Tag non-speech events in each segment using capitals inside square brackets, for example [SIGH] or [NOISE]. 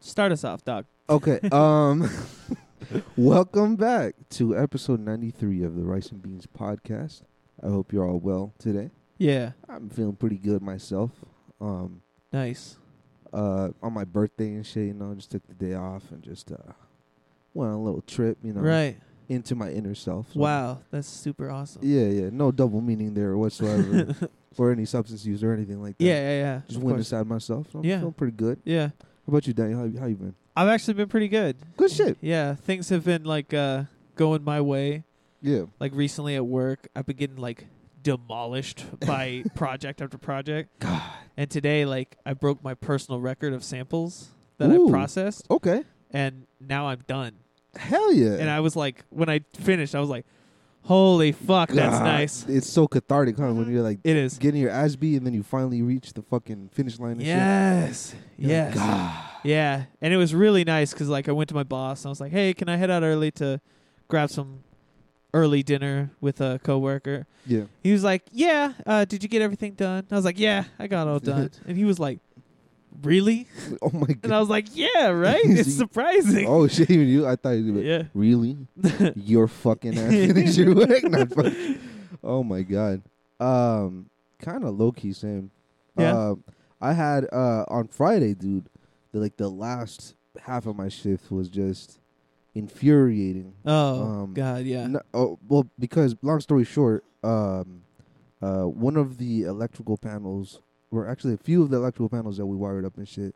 Start us off, Doc. [LAUGHS] Okay. Um [LAUGHS] welcome back to episode 93 of the Rice and Beans podcast. I hope you're all well today. Yeah. I'm feeling pretty good myself. Um Nice. uh on my birthday and shit, you know, just took the day off and just uh went on a little trip, you know, Right. into my inner self. So- Wow. That's super awesome. Yeah, yeah. No double meaning [LAUGHS] there whatsoever or any substance use or anything like that. Yeah, yeah, yeah. Just of went course. inside myself. So I'm Yeah. feeling pretty good. Yeah. How about you, Daniel? How, how you been? I've actually been pretty good. Good shit. Yeah. Things have been like uh going my way. Yeah. Like recently at work, I've been getting like [LAUGHS] demolished by project after project. God. And today, like, I broke my personal record of samples that Ooh. I processed, Okay. and now I'm done. Hell yeah. And I was like, when I finished, I was like, holy fuck, that's God, nice. It's so cathartic, huh? When you're like It is. getting your ass beat and then you finally reach the fucking finish line and Yes. shit. You're like, Yes. "God." Yeah, and it was really nice because like I went to my boss and I was like, "Hey, can I head out early to grab some early dinner with a coworker?" Yeah. [LAUGHS] He was like, "Yeah, uh, did you get everything done?" I was like, "Yeah, I got it all [LAUGHS] done." and he was like, "Really?" Oh my god. And I was like, [LAUGHS] "Yeah, right. It's surprising." oh [LAUGHS] shit, even you. I thought you were like, yeah. [LAUGHS] really. Your fucking ass finish your work. [LAUGHS] Not fucking. Oh my god. Um, kind of low key, same. Yeah. Um, I had uh on Friday, dude. The, like the last half of my shift was just infuriating. Oh Um, God, yeah. No, oh, well, because long story short, um, uh, one of the electrical panels, or actually a few of the electrical panels that we wired up and shit,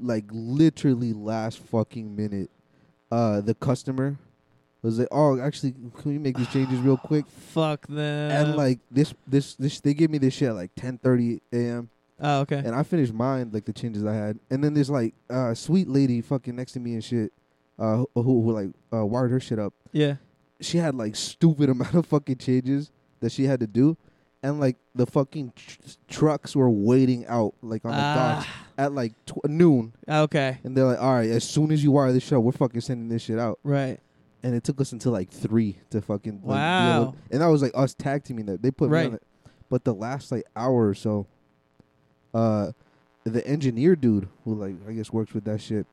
like literally last fucking minute, uh, the customer was like, "Oh, actually, can we make these changes real quick?" Fuck them. and like this, this, this, they gave me this shit at like ten thirty a.m. oh okay. And I finished mine, like the changes I had. And then this like uh, sweet lady fucking next to me and shit, uh, who, who like uh, wired her shit up yeah. she had like stupid [LAUGHS] amount of fucking changes that she had to do, and like the fucking tr- trucks were waiting out like on the docks at like tw- noon, Ah, okay. and they're like, "All right, as soon as you wire this shit, out, we're fucking sending this shit out." Right. And it took us until like three to fucking like, deal Wow. with- and that was like us tag teaming that they put me Right. on it, but the last like hour or so, uh, the engineer dude who like I guess works with that shit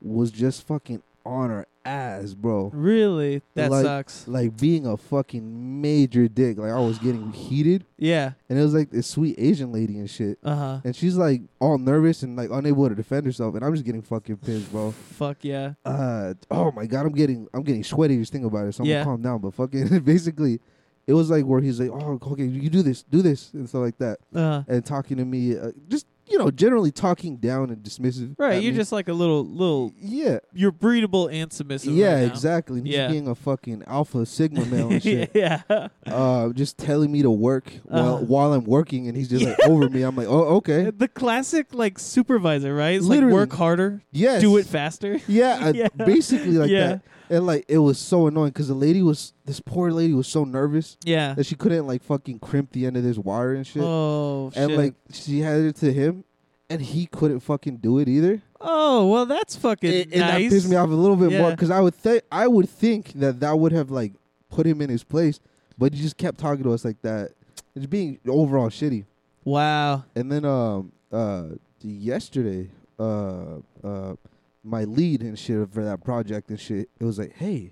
was just fucking on our ass, bro Really? That Like- sucks. like being a fucking major dick. Like I was getting heated, Yeah. and it was like this sweet Asian lady and shit, Uh huh. [LAUGHS] and she's like all nervous and like unable to defend herself, and I'm just getting fucking pissed, bro. Fuck yeah. Uh, oh my god, I'm getting I'm getting sweaty just thinking about it. So I'm Yeah. gonna calm down, but fucking [LAUGHS] basically. It was like where he's like, "Oh, okay, you do this, do this," and stuff like that, Uh. and talking to me, uh, just you know, generally talking down and dismissive. Right, at you're me. just like a little, little. yeah, You're breedable and submissive. yeah, right now. [LAUGHS] exactly. And Yeah. Just being a fucking alpha sigma [LAUGHS] male and shit. yeah, uh, just telling me to work while Uh-huh. while I'm working, and he's just like over me. I'm like, oh, [LAUGHS] okay, the classic like supervisor, right? It's Literally. like work harder, yes, do it faster. Yeah, I- [LAUGHS] Yeah. basically like Yeah. that. And like it was so annoying because the lady was this poor lady was so nervous Yeah. that she couldn't like fucking crimp the end of this wire and shit. Oh and shit. like she had it to him, and he couldn't fucking do it either. oh well, that's fucking And- and nice. that pissed me off a little bit more Yeah. because I would think I would think that that would have like put him in his place, but he just kept talking to us like that. It's being overall shitty. Wow. And then um uh yesterday uh uh my lead and shit for that project and shit it was like hey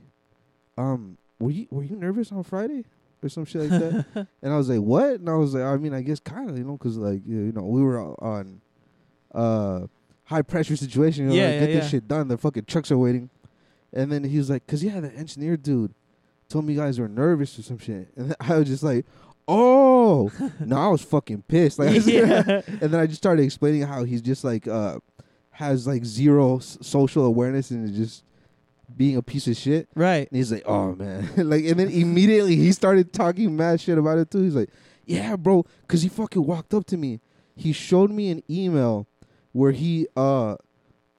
um were you were you nervous on Friday or some shit like that [LAUGHS] and I was like what and I was like I mean I guess kind of you know because like you you know we were o- on uh high pressure situation you know, Yeah, like, yeah, get yeah. this shit done the fucking trucks are waiting and then he was like because yeah the engineer dude told me you guys were nervous or some shit and I was just like [LAUGHS] oh no I was fucking pissed [LAUGHS] like I was- [LAUGHS] yeah. and then I just started explaining how he's just like uh has like zero s- social awareness and is just being a piece of shit. Right. And he's like, "Oh man!" [LAUGHS] like, and then immediately he started talking mad shit about it too. He's like, "Yeah, bro," because he fucking walked up to me. He showed me an email where he uh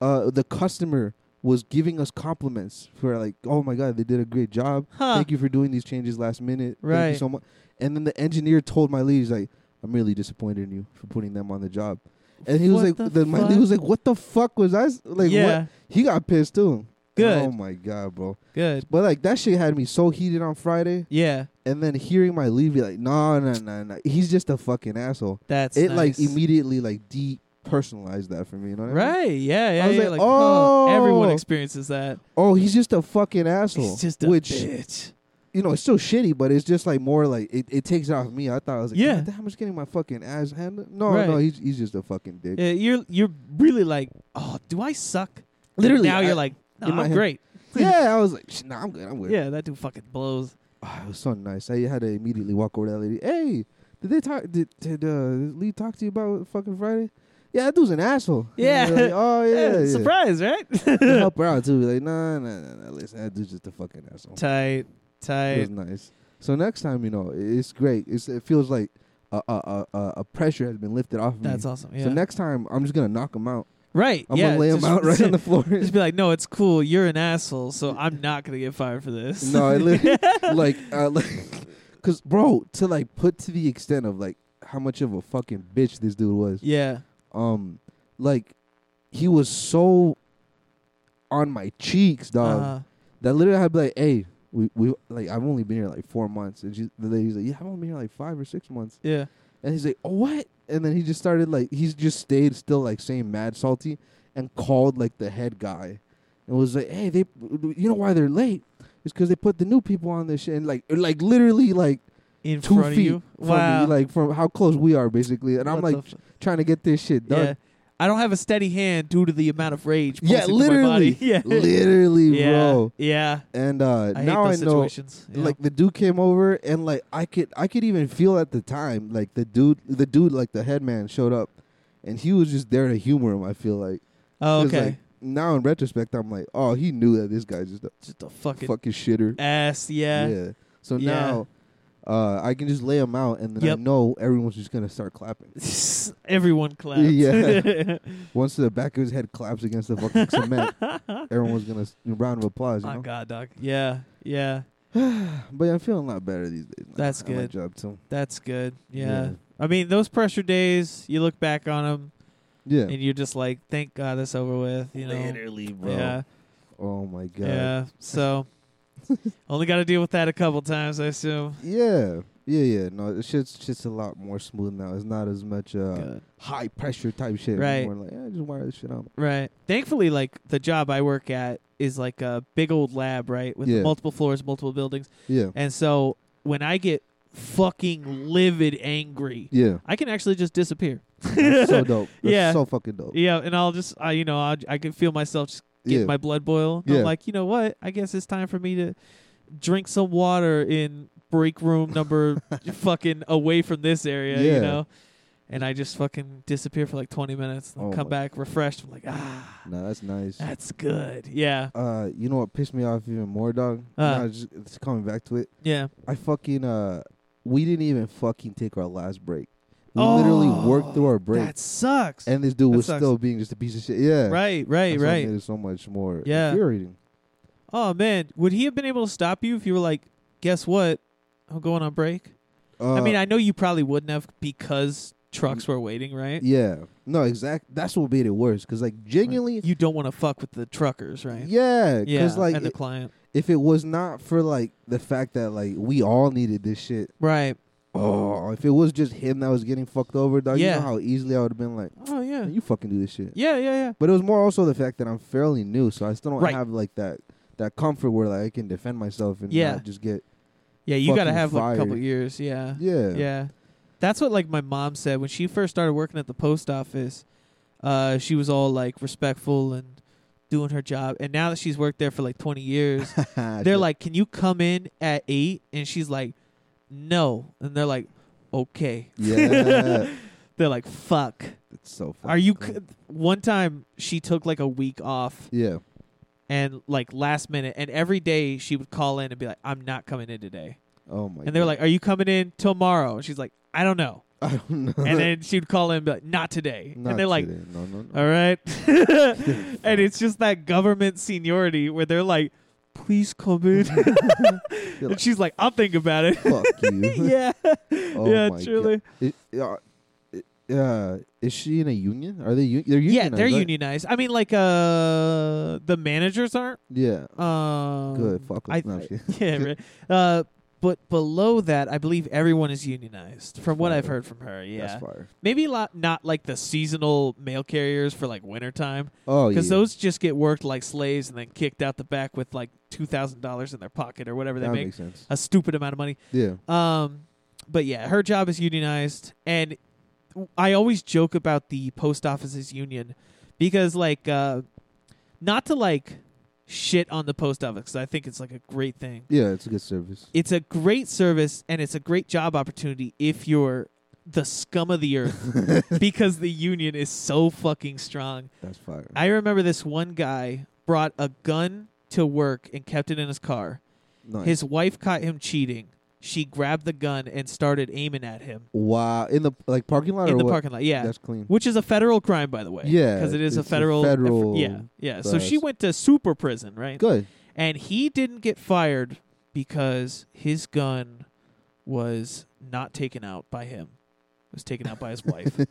uh the customer was giving us compliments for like, "Oh my god, they did a great job." Huh. Thank you for doing these changes last minute. Thank Right. you so much. And then the engineer told my lead, he's like, I'm really disappointed in you for putting them on the job. And he was What like, the then my lead fuck? was like, what the fuck was I? s- Like, yeah. what? He got pissed too. Good. Oh my God, bro. Good. But like, that shit had me so heated on Friday. Yeah. And then hearing my lead be like, nah, nah, nah, nah. He's just a fucking asshole. That's it nice. like immediately like depersonalized personalized that for me. You know what I mean? Right? Yeah, yeah. I was yeah. like, Like, oh, everyone "Oh." experiences that. Oh, he's just a fucking asshole. It's just a which bitch. you know, it's still shitty, but it's just like more like it, it takes it off me. I thought I was like, Yeah. yeah, I'm just getting my fucking ass handled. No, Right. no, he's he's just a fucking dick. Yeah, you're you're really like, oh, do I suck? Literally, now I- you're like, no, in my I'm head- great. yeah, I was like, "Shh, nah, I'm good, I'm good. Yeah, that dude fucking blows. Oh, it was so nice. I had to immediately walk over to that lady. Hey, did they talk? Did, did uh, Lee talk to you about fucking Friday? Yeah, that dude's an asshole. And [LAUGHS] Yeah. they're like, oh yeah, yeah. surprise, right? [LAUGHS] They help her out too. Like, nah, nah, nah, nah. Listen, that dude's just a fucking asshole. tight, It was tight. nice. So next time, you know, i- it's great. It's, it feels like a a, a a a pressure has been lifted off of That's me. awesome. Yeah. So next time, I'm just gonna knock him out. right. I'm yeah, gonna lay him just- [LAUGHS] out [LAUGHS] right on the floor. Just be like, no, it's cool. You're an asshole, so I'm not gonna get fired for this. no, I li- like, uh, like, [LAUGHS] cause bro, to like put to the extent of like how much of a fucking bitch this dude [LAUGHS] was. yeah. Um, like he was so on my cheeks, dog. uh, That literally I'd be like, hey. We, we like I've only been here like four months, and she, the lady's like, yeah, I've only been here like five or six months. yeah. And he's like, oh, what? And then he just started like, he's just stayed still like saying mad salty and called like the head guy and was like, hey, they, you know why they're late? It's because they put the new people on this shit and like, like literally like In two front feet of you. from wow. me, like from how close we are basically. And I'm What the like fu- trying to get this shit yeah. done. I don't have a steady hand due to the amount of rage. Yeah, pulsing through my literally, body. [LAUGHS] Yeah. literally, yeah. bro. Yeah. And uh, I now hate I those know, situations. Yeah. like the dude came over and like I could I could even feel at the time like the dude the dude like the head man showed up and he was just there to humor him I feel like oh, 'Cause, okay. like, now in retrospect I'm like oh he knew that this guy's just a Just a fucking, fucking shitter ass. Yeah. so Yeah. now uh I can just lay him out and then Yep. I know everyone's just gonna [LAUGHS] start clapping Everyone clapped. Yeah. [LAUGHS] once the back of his head claps against the fucking cement everyone's gonna s- round of applause you My know? Oh, God, Doc. Yeah. Yeah. [SIGHS] but yeah, I'm feeling a lot better these days now That's at my good. job too That's good. Yeah. I mean, those pressure days, you look back on them yeah, yeah. and you're just like, thank God that's over with, you know? bro Yeah. oh my god Yeah. [LAUGHS] So, only got to deal with that a couple times, I assume. Yeah, yeah, yeah. No, it's shit's shit's a lot more smooth now. It's not as much uh, Good. high pressure type shit. Right. More like, eh, just wire this shit out. Right. Thankfully, like, the job I work at is like a big old lab, right? With Yeah. multiple floors, multiple buildings. Yeah, And so, when I get fucking livid angry, yeah. I can actually just disappear. [LAUGHS] That's so dope. That's Yeah. so fucking dope. Yeah, and I'll just, I, you know, i I can feel myself just getting Yeah. my blood boil. And Yeah. I'm like, you know what? I guess it's time for me to drink some water in break room [LAUGHS] number fucking away from this area, Yeah. you know? And I just fucking disappear for like 20 minutes and Oh come my- back refreshed. I'm like, ah, Nah, that's nice. that's good. Yeah, Uh, you know what pissed me off even more, dog? Uh. Nah, just, just coming back to it. yeah. I fucking uh, we didn't even fucking take our last break. We literally worked through our break, That sucks. and this dude Oh, that was sucks. still being just a piece of shit. Yeah, right, That's right, what right. Made it so much more Yeah. infuriating. Oh, man. Would he have been able to stop you if you were like, guess what? I'm going on break? Uh, I mean, I know you probably wouldn't have because trucks were waiting, right? yeah, no, exact. That's what made it worse. Cause like genuinely, you don't want to fuck with the truckers, right? Yeah, yeah, because like and the i- client, if it was not for like the fact that like we all needed this shit, right? oh, if it was just him that was getting fucked over, dog, you Yeah. know how easily I would have been like, Oh yeah, "Man, you fucking do this shit. yeah, yeah, yeah. But it was more also the fact that I'm fairly new, so I still don't Right. have like that that comfort where like I can defend myself and Yeah. not just get Yeah, you gotta Fucking have like, a couple fired. years. Yeah. yeah yeah, That's what like my mom said when she first started working at the post office. Uh, she was all like respectful and doing her job, and now that she's worked there for like twenty [LAUGHS] years, they're Shit. like, "Can you come in at 8? And she's like, "No," and they're like, "Okay." [LAUGHS] yeah they're like, "Fuck." it's so fucking Are you? cool. C- one time she took like a week off yeah and like last minute, and every day she would call in and be like, "I'm not coming in today," oh my and they were like, "Are you coming in tomorrow?" And she's like, "I don't know," [LAUGHS] I don't know and then she'd call in and be like, "Not today," [LAUGHS] Not and they're like, today. no no no "All [LAUGHS] right," [LAUGHS] and it's just that government seniority where they're like, "Please come [LAUGHS] in," You're and [LAUGHS] like, she's like, "I'll think about [LAUGHS] it." [LAUGHS] fuck you yeah, Oh yeah, my God. truly. Is, uh, i- uh, is she in a union? Are they u- they're unionized? Yeah, they're right? unionized. I mean, like, uh, the managers aren't. Yeah. Um, Good. Fuck 'em. I, [LAUGHS] No, I'm just kidding. yeah, right. Uh, But below that, I believe everyone is unionized, from what I've Fire. heard from her. Yeah, That's fire. maybe lot, not like the seasonal mail carriers for like wintertime, Oh, yeah. because those just get worked like slaves and then kicked out the back with like two thousand dollars in their pocket or whatever they that make, makes sense. a stupid amount of money. Yeah. Um, but yeah, her job is unionized, and I always joke about the post office's union because, like, uh, not to like shit on the post office, 'cause I think it's like a great thing. Yeah, it's a good service. It's a great service and it's a great job opportunity if you're the scum of the earth because the union is so fucking strong. [LAUGHS] That's fire. I remember this one guy brought a gun to work and kept it in his car. nice. His wife caught him cheating. She grabbed the gun and started aiming at him wow, in the like parking lot in or the what? parking lot. Yeah. That's clean. Which is a federal crime, by the way. Yeah, Because it is a it's a federal. federal yeah. Yeah. So she bus. went to super prison, right? Good. And he didn't get fired because his gun was not taken out by him, it was taken out by his wife. [LAUGHS]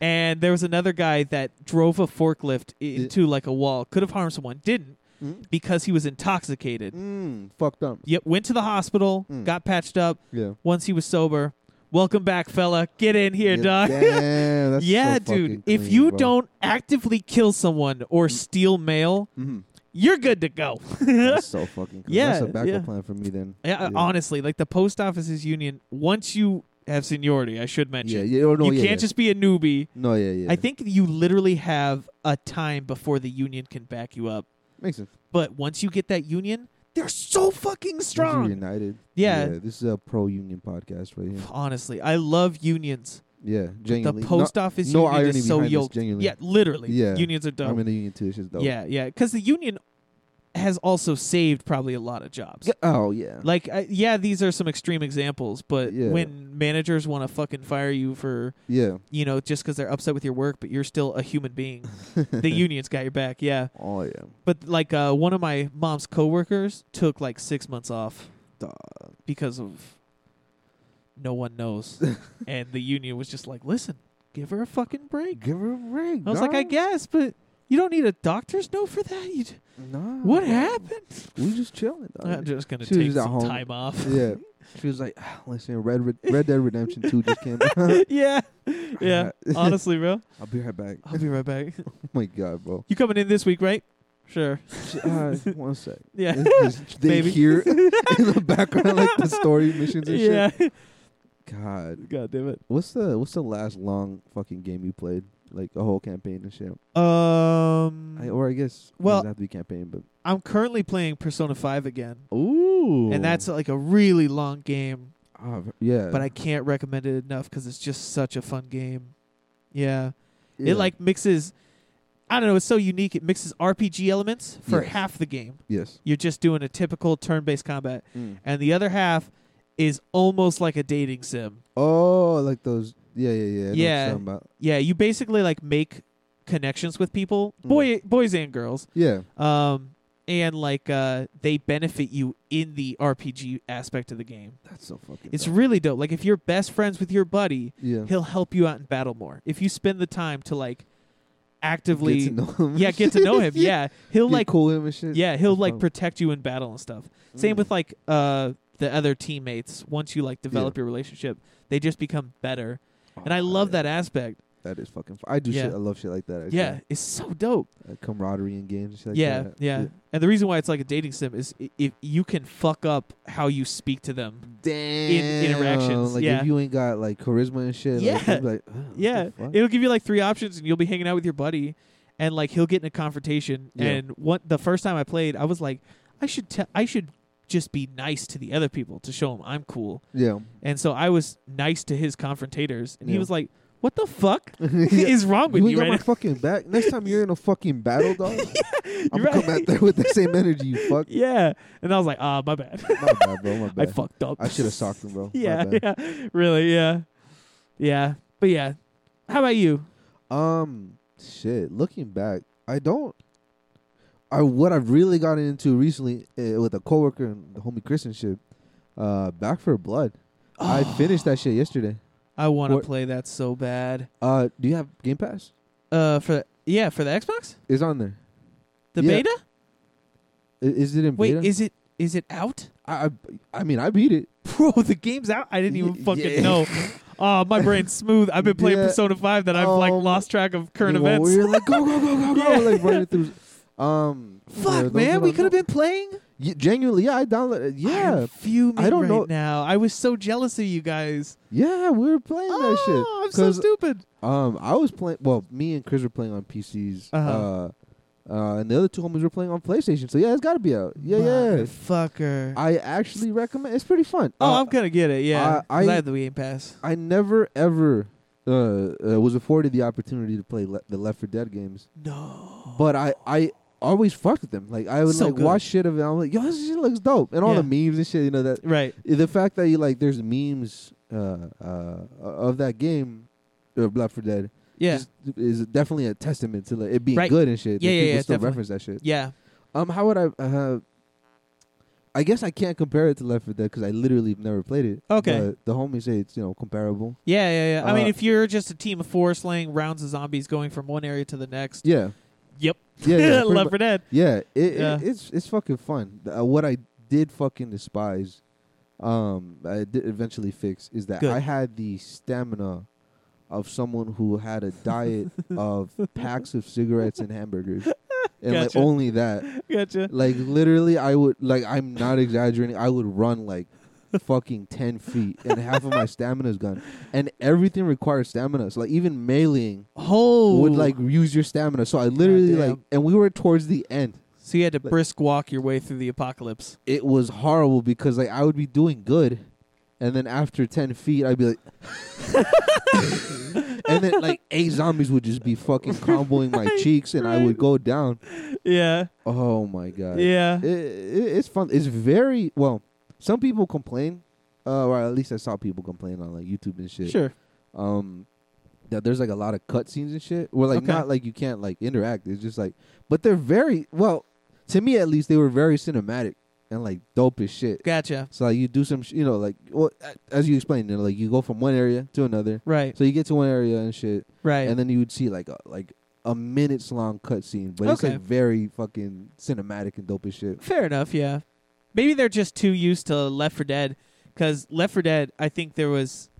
And there was another guy that drove a forklift into like a wall, could have harmed someone, didn't Mm, because he was intoxicated. mm, fucked up. Yep, went to the hospital, Mm. got patched up, Yeah. once he was sober. Welcome back, fella. Get in here, yeah, dog. Damn, [LAUGHS] that's yeah, so dude. fucking If clean, you bro. Mm. don't actively kill someone or steal mail, [LAUGHS] Mhm. you're good to go. that's so fucking. Clean. that's a Yeah, backup yeah. plan for me then. yeah, Honestly, like the post office's union, once you have seniority, I should yeah, mention, yeah. Oh, no, you yeah, can't yeah. just be a newbie. No, yeah, yeah. I think you literally have a time before the union can back you up. makes sense. But once you get that union, they're so fucking These are strong. United. Yeah. This is a pro union podcast right here. Honestly, I love unions. Yeah, genuinely. the post office no union irony is so behind this, yoked. genuinely. Yeah, literally. Yeah. Unions are No, dumb. I'm in the union too. It's just dope. Yeah, yeah, because the union has also saved probably a lot of jobs. Yeah, Oh yeah. Like, I, yeah, these are some extreme examples, but Yeah. when managers want to fucking fire you for Yeah. you know just because they're upset with your work, but you're still a human [LAUGHS] being, the union's got your back. Yeah, Oh yeah. but like uh, one of my mom's coworkers took like six months off Dog. because of no one [LAUGHS] knows, and the union was just like, listen, give her a fucking break. Give her a ring. I was like, I guess, but you don't need a doctor's note for that. You d- No. what happened? We just chilling. dog. I'm just gonna Uh, She was take just at some home. time off. [LAUGHS] [LAUGHS] yeah. She was like, "Ah, listen, Red Red, Red Dead Redemption 2 just came out. yeah, [LAUGHS] [LAUGHS] yeah. Honestly, bro, I'll be right back. [LAUGHS] I'll be right back. Oh my god, bro. You coming in this week, right? Sure. [LAUGHS] She- Uh, one sec. Yeah. Just- they Baby. [LAUGHS] hear [LAUGHS] in the background like the story missions and yeah. shit. God. God damn it. What's the what's the last long fucking game you played? Like a whole campaign and shit. Um, I, or I guess it Well- doesn't have to be campaign, but I'm currently playing Persona Five again, Ooh. and that's like a really long game, Ah, v- yeah. but I can't recommend it enough because it's just such a fun game. Yeah. yeah. It like mixes. I don't know. It's so unique. It mixes RPG elements for Yes. half the game. Yes. You're just doing a typical turn-based combat, Mm. and the other half is almost like a dating sim. Oh, like those yeah, yeah, yeah. I know what you're Yeah. talking about. Yeah, you basically like make connections with people, Mm-hmm. boy, boys and girls, Yeah. um, and like uh, they benefit you in the RPG aspect of the game. That's so fucking It's dope. really dope. Like if you're best friends with your buddy, yeah. he'll help you out in battle more. If you spend the time to like actively, Get to know him. yeah, get to know [LAUGHS] him. Yeah, he'll Get like cool him and shit. Yeah, he'll That's like dope. protect you in battle and stuff. Same Mm. with like uh the other teammates. Once you like develop your relationship, they just become better. And I Oh, love yeah. that aspect. That is fucking. F- I do Yeah. shit. I love shit like that. actually. Yeah, it's so dope. Like camaraderie in games. and Shit like uh, yeah, that. yeah, And the reason why it's like a dating sim is i- if you can fuck up how you speak to them. Damn. interactions, Like yeah. if you ain't got like charisma and shit. Like, Yeah. you'll be like, "Ugh, what the Yeah, fuck?" it'll give you like three options, and you'll be hanging out with your buddy, and like he'll get in a confrontation. Yeah. And what the first time I played, I was like, I should te- I should just be nice to the other people to show them I'm cool. yeah. [LAUGHS] And so I was nice to his confrontators, and he Yeah. was like, "What the fuck [LAUGHS] Yeah. [LAUGHS] is wrong with You you, ain't got right my now?" fucking back. Next time you're in a fucking [LAUGHS] battle, dog, I'm You're gonna come right. out there with the same energy. You fuck. Yeah, and I was like, "Ah, my bad. My bad, bro. My [LAUGHS] I bad. fucked up. I should have socked him, bro. My yeah, bad. yeah, really, yeah, yeah. But yeah, how about you? Um, shit. Looking back, I don't. I what I've really gotten into recently uh, with a coworker and the homie Chris and shit. Uh, Back for Blood. I [GASPS] finished that shit yesterday. Ah, I want to What- play that so bad. Uh, do you have Game Pass? Uh, for the, yeah, for the Xbox, It's on there. the Yeah, beta. I- Is it in Wait, beta? is it is it out? [LAUGHS] I, I I mean I beat it. bro, the game's out. I didn't even Ye- fucking yeah. [LAUGHS] know. Oh, my brain's smooth. I've been playing Yeah. Persona 5 that I've like Um, lost track of current You know, events. We were like, go, go, go, go, [LAUGHS] go. Yeah. Like running through. Um, yeah, Fuck, those man, are we not- could have been playing. Ye- genuinely, yeah, I downloaded. Yeah, I'm fuming I don't right know- now. I was so jealous of you guys. yeah, we were playing that shit. Oh, I'm so 'Cause, stupid. Um, I was playing. Well, me and Chris were playing on PCs. Uh-huh. Uh, uh, and the other two homies were playing on PlayStation. So yeah, it's got to be out. Yeah, yeah. Fucker. I actually recommend. It's pretty fun. oh, Uh, I'm gonna get it. Yeah, I- I- I, I had the Game Pass. I never ever uh, uh was afforded the opportunity to play le- the Left 4 Dead games, No, but I I always fucked with them. Like I would So like good. watch shit of it. I'm like, yo, this shit looks dope, and all the memes and shit. You know that right. the fact that you like there's memes uh uh of that game. Uh, Left 4 Dead Yeah, just is definitely a testament to like, it being Right. good and shit. Yeah, Like, yeah, people yeah, still definitely. reference that shit. yeah. Um, how would I? Uh, I guess I can't compare it to Left 4 Dead because I literally have never played it. Okay. but the homies say it's you know comparable. Yeah, yeah, yeah. I Uh, mean, if you're just a team of four slaying rounds of zombies going from one area to the next, Yeah, yep, [LAUGHS] yeah, yeah. pretty love mu- for dead. Yeah, it, Yeah. It, it's it's fucking fun. Th- Uh, what I did fucking despise, um, I did eventually fix is that Good. I had the stamina of someone who had [LAUGHS] a diet of packs of cigarettes and hamburgers, and like Gotcha. only that. Gotcha. Like literally, I would like I'm not exaggerating. I would run like fucking ten feet, and half of my stamina's gone. And everything requires stamina. So like even meleeing Oh, would like use your stamina. So I literally Goddamn. like, and we were towards the end. so you had to like- brisk walk your way through the apocalypse. It was horrible because like I would be doing good, and then after ten feet, I'd be like. [LAUGHS] and then like eight zombies would just be fucking [LAUGHS] comboing my cheeks and I would right. go down. [LAUGHS] Yeah, Oh my god. yeah. Uh, it, it, it's fun. It's very well. Some people complain, uh, or at least I saw people complain on like YouTube and shit. Sure. Um, that there's like a lot of cutscenes and shit. Well, like Okay. not like you can't like interact. It's just like, but they're very well. To me, at least, they were very cinematic and like dope as shit. Gotcha. So like you do some, sh- you know, like well, a- as you explained, you know, like you go from one area to another. Right. So you get to one area and shit, Right. and then you would see like a, like a minutes long cutscene, but it's Okay. like very fucking cinematic and dope as shit. Fair enough, yeah. Maybe they're just too used to Left 4 Dead cuz Left 4 Dead, I think there was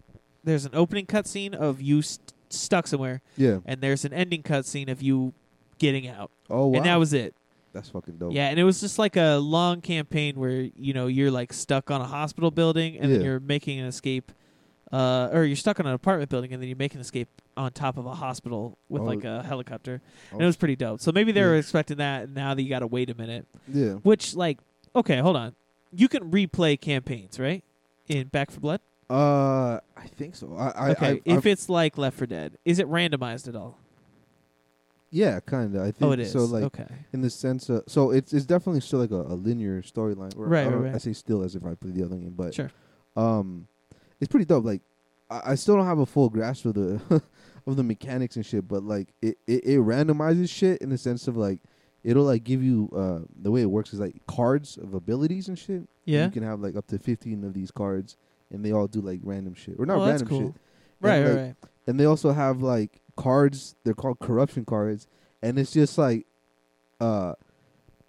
there's an opening cutscene of you st- stuck somewhere Yeah. and there's an ending cutscene of you getting out. Oh wow. And that was it. That's fucking dope. Yeah, and it was just like a long campaign where, you know, you're like stuck on a hospital building and then Yeah. you're making an escape uh, or you're stuck on an apartment building and then you make an escape on top of a hospital with Oh. like a helicopter. And Oh. it was pretty dope. So maybe they Yeah. were expecting that and now that you got to wait a minute. Yeah. Which, like, okay, hold on. You can replay campaigns, right? In Back for Blood. Uh, I think so. I, I, okay, I, if I- it's like Left for Dead, is it randomized at all? yeah, kind of. I think Oh, it is. so. Like okay, in the sense of so it's it's definitely still like a, a linear storyline. or I Right, don't- right, right. I say still as if I played the other game, but sure. um, it's pretty dope. Like I, I still don't have a full grasp of the [LAUGHS] of the mechanics and shit, but like it, it it randomizes shit in the sense of like it'll like give you uh the way it works is like cards of abilities and shit. Yeah. You can have like up to fifteen of these cards, and they all do like random shit or not Oh, that's random cool. shit. Right, and, right, like, right. and they also have like cards they're called corruption cards and it's just like uh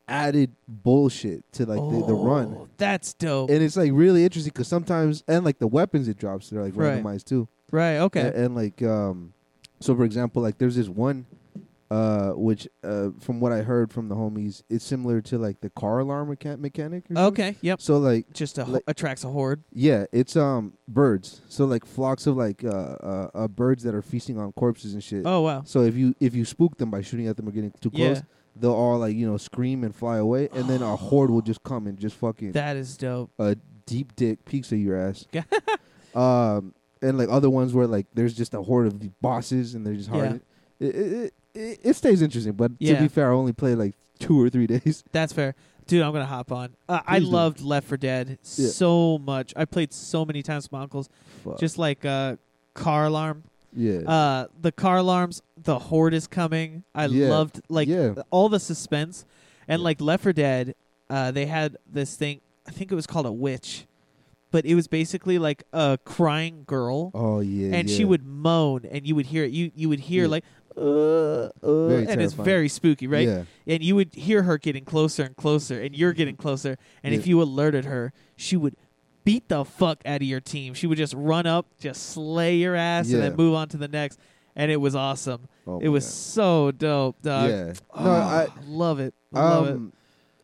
added bullshit to like the, the run Oh, That's dope. and it's like really interesting because sometimes and like the weapons it drops they're like Right. randomized too right. Okay. A- and, like um so for example like there's this one uh which uh from what i heard from the homies it's similar to like the car alarm mecha- mechanic or something. okay. Yep. so like Just a, ho- like- attracts a horde. yeah, it's um birds. So like flocks of like uh, uh, uh birds that are feasting on corpses and shit. Oh wow. So if you if you spook them by shooting at them or getting too close, Yeah. they'll all like you know scream and fly away, and then a horde will just come and just fucking That is dope. a deep dick peeks at your [LAUGHS] ass. um, and like other ones where like there's just a horde of the bosses and they're just hard. It, it, it, it stays interesting, but to Yeah. be fair, I only played like two or three [LAUGHS] days. That's fair. Dude, I'm gonna hop on. Uh, I Please do. loved Left for Dead Yeah. so much. I played so many times with my uncles. Fuck. Just like uh, Car Alarm. yeah, uh the car alarms the horde is coming i Yeah. loved like Yeah. all the suspense and Yeah. like left 4 dead uh they had this thing i think it was called a witch but it was basically like a crying girl oh yeah, and yeah. she would moan and you would hear it you you would hear Yeah. like uh, uh, Very and it's terrifying. very spooky right Yeah, and you would hear her getting closer and closer and you're getting closer and Yeah. if you alerted her she would beat the fuck out of your team. She would just run up, just slay your ass, and Yeah. then move on to the next. And it was awesome. Oh it my was so dope, God. dog. yeah. Oh, no, I love it. Love it. um,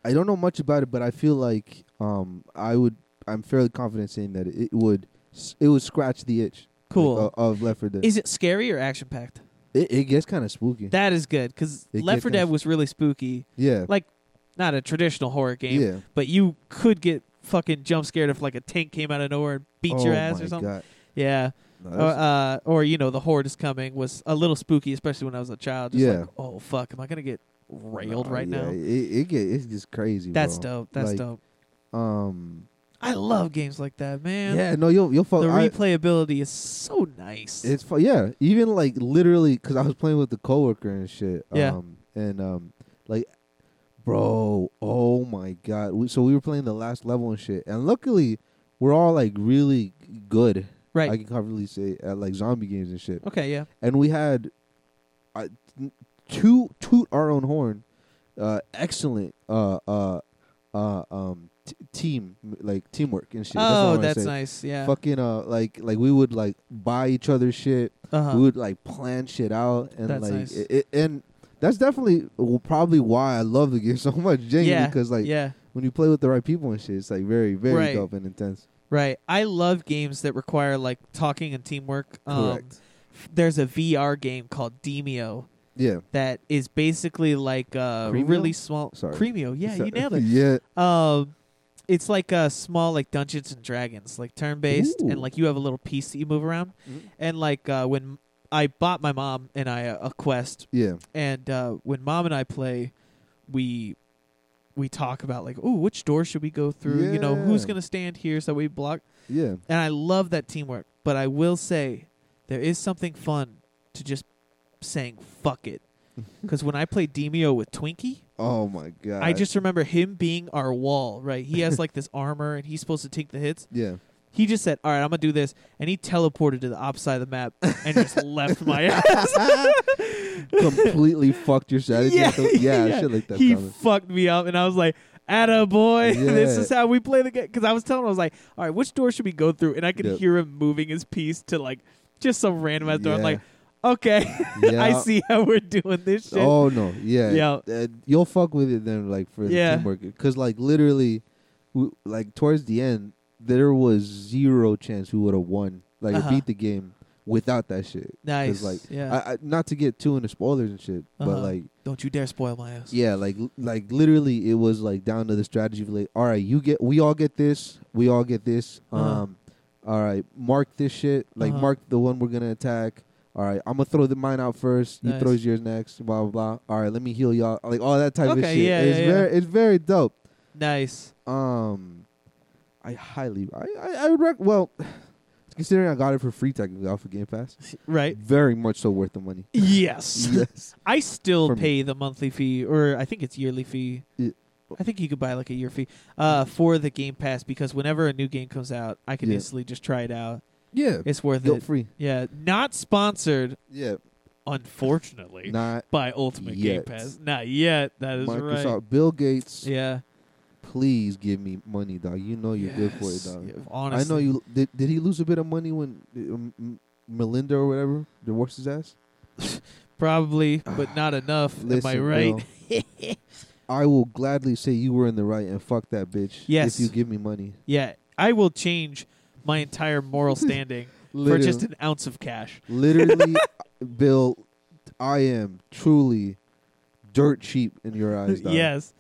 I don't know much about it, but I feel like um, I would. I'm fairly confident saying that it would. s- It would scratch the itch. like, Cool. o- of Left 4 Dead. Is it scary or action packed? it, it gets kind of spooky. That is good because It Left gets 4 kinda Dead was really spooky. yeah. like, Not a traditional horror game, yeah. but you could get fucking jump scared if like a tank came out of nowhere and beat oh your ass my or something. God. Yeah. No, or, that's- uh, or you know, the horde is coming was a little spooky, especially when I was a child. Just Yeah. like, oh fuck, am I gonna get uh, railed nah, right yeah, now? It, it get it's just crazy. That's bro. dope. That's Like, dope. Um. I love games like that, man. Yeah. No, you'll you'll fuck. the I- replayability is so nice. It's fu- yeah, even like literally because I was playing with the coworker and shit. Yeah. Um, and um, like, bro, oh my god. We, so we were playing the last level and shit, and luckily we're all like really good. right. I can confidently say at like zombie games and shit. okay. Yeah. And we had, uh, n- two toot our own horn, uh, excellent uh uh uh um t- team like teamwork and shit. That's what I oh, wanna that's, say. nice. Yeah. Fucking uh, like like we would like buy each other shit Uh-huh. we would like plan shit out and That's like nice. it, it- and that's definitely w- probably why I love the game [LAUGHS] so much, Jamie, Yeah. because like yeah. when you play with the right people and shit, it's like very very Right. dope and intense. Right. I love games that require like talking and teamwork. Um, Correct. There's a VR game called Demio Yeah. that is basically like a Cremio? really small. Sorry. Cremio. Yeah, So- you nailed it. [LAUGHS] Yeah. Um, it's like a small like Dungeons and Dragons, like turn based, Ooh. and like you have a little piece that you move around. Mhm. And like uh, when I bought my mom and I uh, a, a quest, Yeah. and uh, when mom and I play, we we talk about like, oh, which door should we go through? You know, who's Yeah. gonna stand here so we block? Yeah. And I love that teamwork, but I will say there is something fun to just saying fuck [LAUGHS] it. Because when I played Demio with Twinkie, Oh my god. I just remember him being our wall, right? He has [LAUGHS] like this armor and he's supposed to take the hits. yeah. He just said, All right, I'm going to do this. And he teleported to the opposite side of the map and [LAUGHS] just left my ass. [LAUGHS] Completely fucked your strategy. Yeah, yeah, yeah. Shit like that. he fucked me up. And I was like, Atta boy, [LAUGHS] this Yeah. is how we play the game. Because I was telling him, I was like, All right, which door should we go through? And I could Yep. hear him moving his piece to like just some random ass door. I'm Yeah. like, Okay, [LAUGHS] yeah. I see how we're doing this shit. Oh no, yeah, Yeah. Uh, you'll fuck with it then, like for Yeah. the teamwork, because like literally, w like towards the end, there was zero chance we would have won, like Uh-huh. beat the game without that shit. nice. like, yeah. I, I, not to get too into spoilers and shit, but Uh-huh. like, Don't you dare spoil my ass. yeah, like, l- like literally, it was like down to the strategy. Of, like, all right, you get, we all get this, we all get this. Uh-huh. Um, all right, mark this shit, like Uh-huh. mark the one we're gonna attack. All right, I'm gonna throw the mine out first. You Nice. throws yours next. Blah blah blah. All right, let me heal y'all. Like all that type of Okay, shit. yeah, it's yeah, yeah. very, it's very dope. Nice. Um, I highly, I, I, I would rec. Well, [SIGHS] considering I got it for free technically off of Game Pass, Right. very much so worth the [LAUGHS] money. Yes. [LAUGHS] yes. [LAUGHS] I still For me. pay the monthly fee, or I think it's yearly fee. Yeah. I think you could buy like a year fee uh, for the Game Pass because whenever a new game comes out, I can Yeah. instantly just try it out. Yeah. It's worth Guilt it. free. Yeah, not sponsored, Yeah. unfortunately, Not by Ultimate Game Yet. Pass. Not yet. That is Microsoft. right. Bill Gates, Yeah. please give me money, dog. You know Oh, you're good for it, Yes. dog. Yeah, honestly, I know you. Did, did he lose a bit of money when uh, M- M- Melinda or whatever divorced his ass? probably, but [SIGHS] not enough. Am I Listen, right? I will gladly say you were in the right and fuck that bitch. Yes. If you give me money. [LAUGHS] yeah, I will change my entire [LAUGHS] moral standing for Literally, just an ounce of cash. [LAUGHS] literally [LAUGHS] Bill, I am truly dirt cheap in [LAUGHS] your eyes, dog. yes.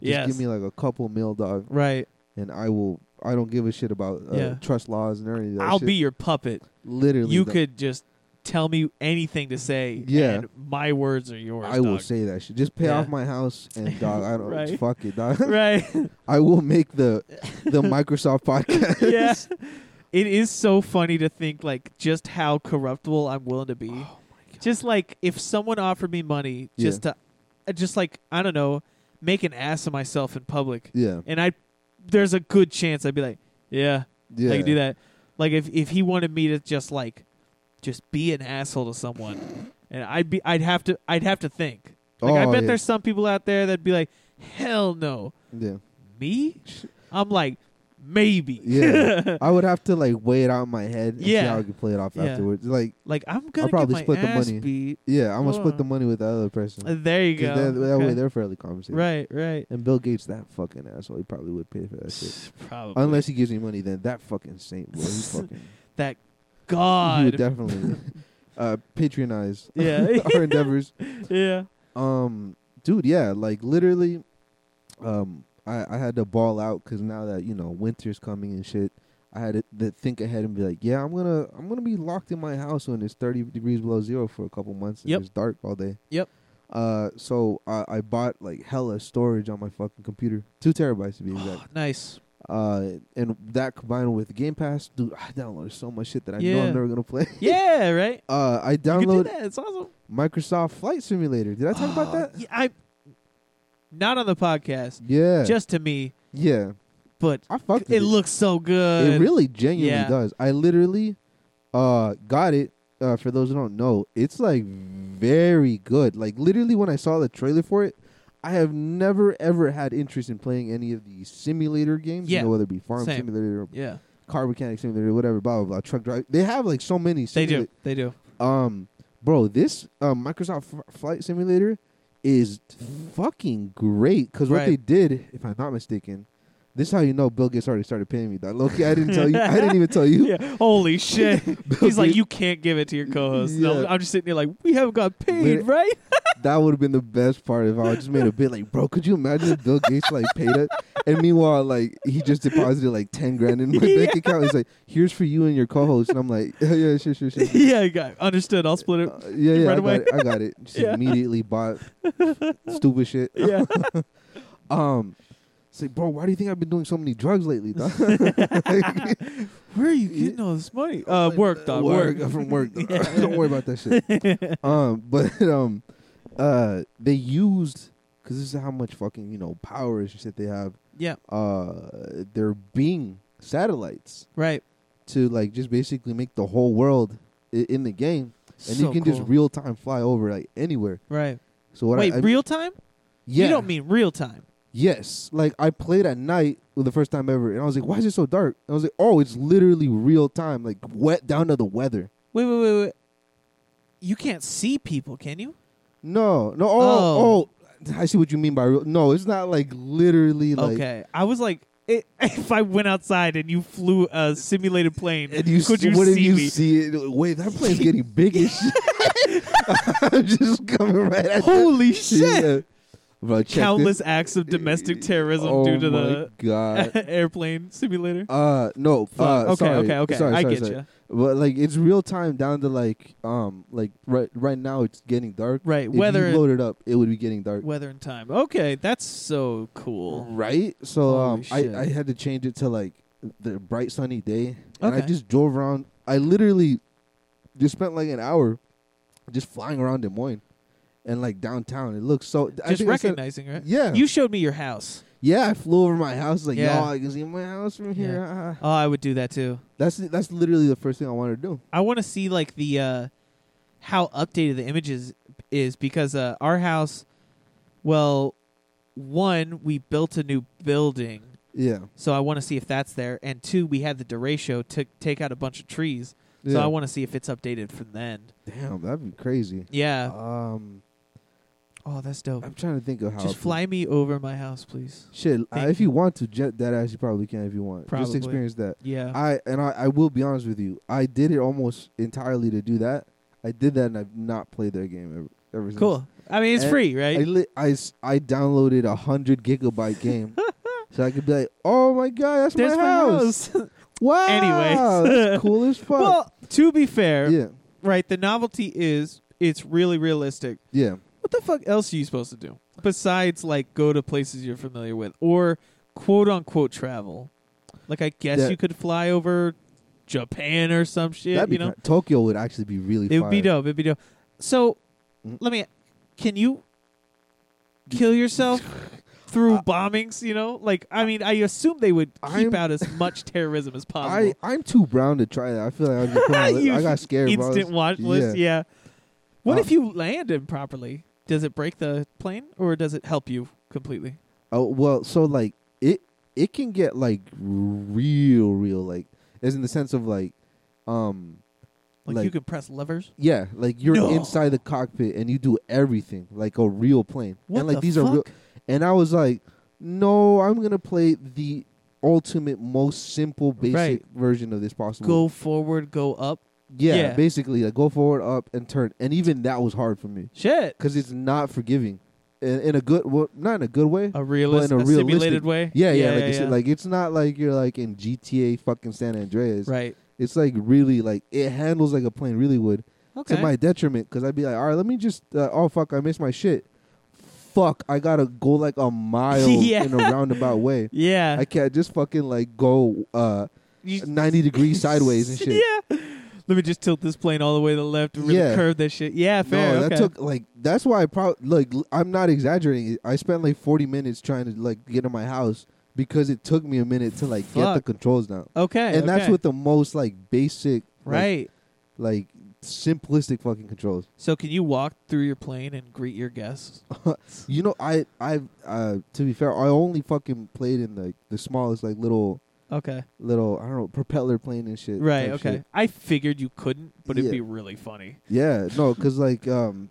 Just yes. give me like a couple mil, dog, right. and I will. I don't give a shit about uh, Yeah. trust laws and any of that I'll shit. be your puppet. literally. You dog. could just tell me anything to say. Yeah. And my words are yours. I will dog. say that shit. Just pay Yeah. off my house [LAUGHS] and dog. I don't Right. fuck it, [LAUGHS] dog. right. [LAUGHS] I will [LAUGHS] make the the Microsoft podcast. [LAUGHS] yeah. It is so funny to think like just how corruptible I'm willing to Oh be. Just like if someone offered me money just to uh, just like I don't know, make an ass of myself in public Yeah, and I there's a good chance I'd be like, yeah, yeah. I can do that. Like if if he wanted me to just like just be an asshole to someone, and I'd be I'd have to I'd have to think. Like I Oh, bet yeah. there's some people out there that'd be like, hell no, Yeah, me. I'm like, maybe. Yeah. I would have to like weigh it out in my head and see Yeah. how I could play it off Yeah. afterwards. Like, [LAUGHS] like I'm gonna probably get my split the ass money. beat. yeah, I'm gonna Hold split the on. money with the other person. Uh, there you 'Cause go. That, that way Okay. they're fairly compensated. right, right. And Bill Gates, that fucking asshole, he probably would pay for that shit. [SIGHS] Probably Unless he gives me money, then that fucking saint [LAUGHS] boy, he fucking that he God. would definitely uh, patronize Yeah. [LAUGHS] our endeavors. yeah. Um, dude, yeah, like literally, um, I, I had to ball out because now that you know winter's coming and shit, I had to th- think ahead and be like, yeah, I'm gonna I'm gonna be locked in my house when it's 30 degrees below zero for a couple months and Yep. it's dark all day. Yep. Uh, so I, I bought like hella storage on my fucking computer, two terabytes to be [SIGHS] exact. nice. Uh, and that combined with Game Pass, dude, I downloaded so much shit that I know Yeah. I'm never gonna play. [LAUGHS] Yeah, right. Uh, I You can do downloaded that. It's awesome. Microsoft Flight Simulator. Did I talk about Oh, that? Yeah, I not on the podcast, Yeah, just to me, yeah. but I fucked it with it. looks so good. It really genuinely Yeah. does. I literally, uh, got it. Uh, for those who don't know, it's like very good. Like literally, when I saw the trailer for it, I have never ever had interest in playing any of the simulator games. Yeah. You know, whether it be farm Same. simulator, or yeah, car mechanic simulator, whatever. Blah blah blah. Truck drive. They have like so many. they simula- do. They do. Um, bro, this uh, Microsoft F- Flight Simulator is fucking great. Cause what Right. they did, if I'm not mistaken, this is how you know Bill Gates already started paying me. That Loki, I didn't tell you. I didn't even tell you. [LAUGHS] Yeah. Holy [LAUGHS] shit. He's like, Gates- you can't give it to your co-host. Yeah. No, I'm just sitting here like, we haven't got We're- paid, right? [LAUGHS] That would have been the best part if I just made a bit like, bro. Could you imagine if Bill Gates like paid it? And meanwhile, like he just deposited like ten [LAUGHS] grand in my bank account. He's like, here's for you and your co-host. And I'm like, [LAUGHS] yeah, yeah, sure, sure, sure. yeah, I got understood. I'll split it. Uh, yeah, yeah, right I got away. it. I got it. [LAUGHS] Just Yeah. [LAUGHS] immediately bought stupid shit. Yeah. [LAUGHS] Um, it's like, bro, why do you think I've been doing so many drugs lately? dog?" [LAUGHS] Like, Where are you getting all this money? [LAUGHS] Uh, work, dog. work Work. uh, from [LAUGHS] work. dog. Yeah. [LAUGHS] Don't worry about that [LAUGHS] shit. um, but [LAUGHS] um, uh, they used because this is how much fucking you know power and shit they have. Yeah. Uh, they're being satellites Right. to like just basically make the whole world i- in the game, and you can just real time fly over like anywhere. right. So what? Wait, I, I, real time? yeah. You don't mean real time. Yes. Like I played at night for the first time ever, and I was like, "Why is it so dark?" And I was like, "Oh, it's literally real time, like wet down to the weather." Wait, wait, wait, wait. You can't see people, can you? No, no. Oh, oh. I see what you mean by real. No, it's not like literally [LAUGHS] like. okay. I was like, i [LAUGHS] if I went outside and you flew a simulated plane, And you [LAUGHS] could see, you what if see you me? see it? Wait, that [LAUGHS] plane's getting big as shit. [LAUGHS] I'm just coming right [LAUGHS] at you. Holy shit. Bro, check this. Countless acts of [LAUGHS] domestic terrorism oh due to my the [LAUGHS] god. airplane simulator. Uh, no. Uh, Fuck. okay, sorry. okay, okay. Sorry, I sorry, get sorry. you. But like it's real time down to like um like right right now it's getting dark. Right. If Weather, you loaded up, it would be getting [LAUGHS] dark. weather and time. Okay, that's so cool. Right. So um Holy I I shit. had to change it to like the bright sunny day, and I Okay. just drove around. I literally just spent like an hour just flying around Des Moines and like downtown. It looks so. Just I think I said- recognizing, right? yeah. You showed me your house. yeah. I flew over my house like Yeah. y'all. I can see my house from here. Ah. Oh, I would do that too. That's that's literally the first thing I wanted to do. I want to see like the uh how updated the images is because uh our house well one we built a new building Yeah. so I want to see if that's there and two we had the derecho to take out a bunch of trees so Yeah. I want to see if it's updated from then. Damn, that'd be crazy. Yeah. Um, oh, that's dope. I'm trying to think of how. Just fly me over my house, please. Shit, uh, Thank if you want to jet that ass, you probably can if you want. Just Probably. experience that. Yeah. I and I, I will be honest with you. I did it almost entirely to do that. I did that and I've not played their game ever, ever since. cool. I mean, it's And free, I right? li- I, s- I downloaded a hundred [LAUGHS] gigabyte game, so I could be like, "Oh my god, that's There's my house! my house. [LAUGHS] Wow, Anyways. [LAUGHS] that's cool as fuck." well, to be fair, yeah, right, the novelty is it's really realistic. yeah, what the fuck else are you supposed to do besides like go to places you're familiar with or quote unquote travel? Like I guess That- you could fly over Japan or some shit. That'd be you know, ki- Tokyo would actually be really. it would be fire. dope. It'd be dope. So Mm. let me. Can you kill [LAUGHS] yourself through bombings? You know, like I mean, I assume they would keep I'm- out as much terrorism as I possible. I'm too brown to try that. I feel like I, [LAUGHS] just put on a li- You I got scared. bro. Instant watch list. Yeah. Yeah. What Uh, if you land improperly? Does it break the plane or does it help you completely? Oh well, so like it it can get like real, real like as in the sense of like, um, Like, you Like- can press levers. yeah, like you're No. inside the cockpit and you do everything like a real plane. What and like the these fuck? are real. And I was like, no, I'm gonna play the ultimate, most simple, basic Right. version of this possible. Go forward, go up. yeah, yeah. basically like go forward, up, and turn. And even that was hard for me Shit. because it's not forgiving, in, in a good, well, not in a good way. A realist, a a, realistic- simulated way. Yeah, yeah, like, it's, yeah. like it's not like you're like in GTA fucking San Andreas. right. It's like really like it handles like a plane really would Okay. to my detriment because I'd be like, all right, let me just uh, oh fuck, I missed my shit. Fuck, I gotta go like a [LAUGHS] mile Yeah. in a roundabout way. [LAUGHS] yeah. I can't just fucking like go uh You- ninety degrees sideways [LAUGHS] and shit. yeah. Let me just tilt this plane all the way to the left and really Yeah. curve that shit. Yeah, fair. no, okay. that took like that's why I probably like l- I'm not exaggerating. I spent like 40 minutes trying to like get in my house because it took me a minute to like get the Fuck. controls down. okay. and that's okay. with the most like basic like, right. like, simplistic fucking controls so can you walk through your plane and greet your [LAUGHS] guests? you know i i uh to be fair i only fucking played in like the smallest like little Okay. little i don't know propeller plane and shit Right. type Okay. shit. I figured you couldn't, but it'd Yeah. be really funny. yeah no because like um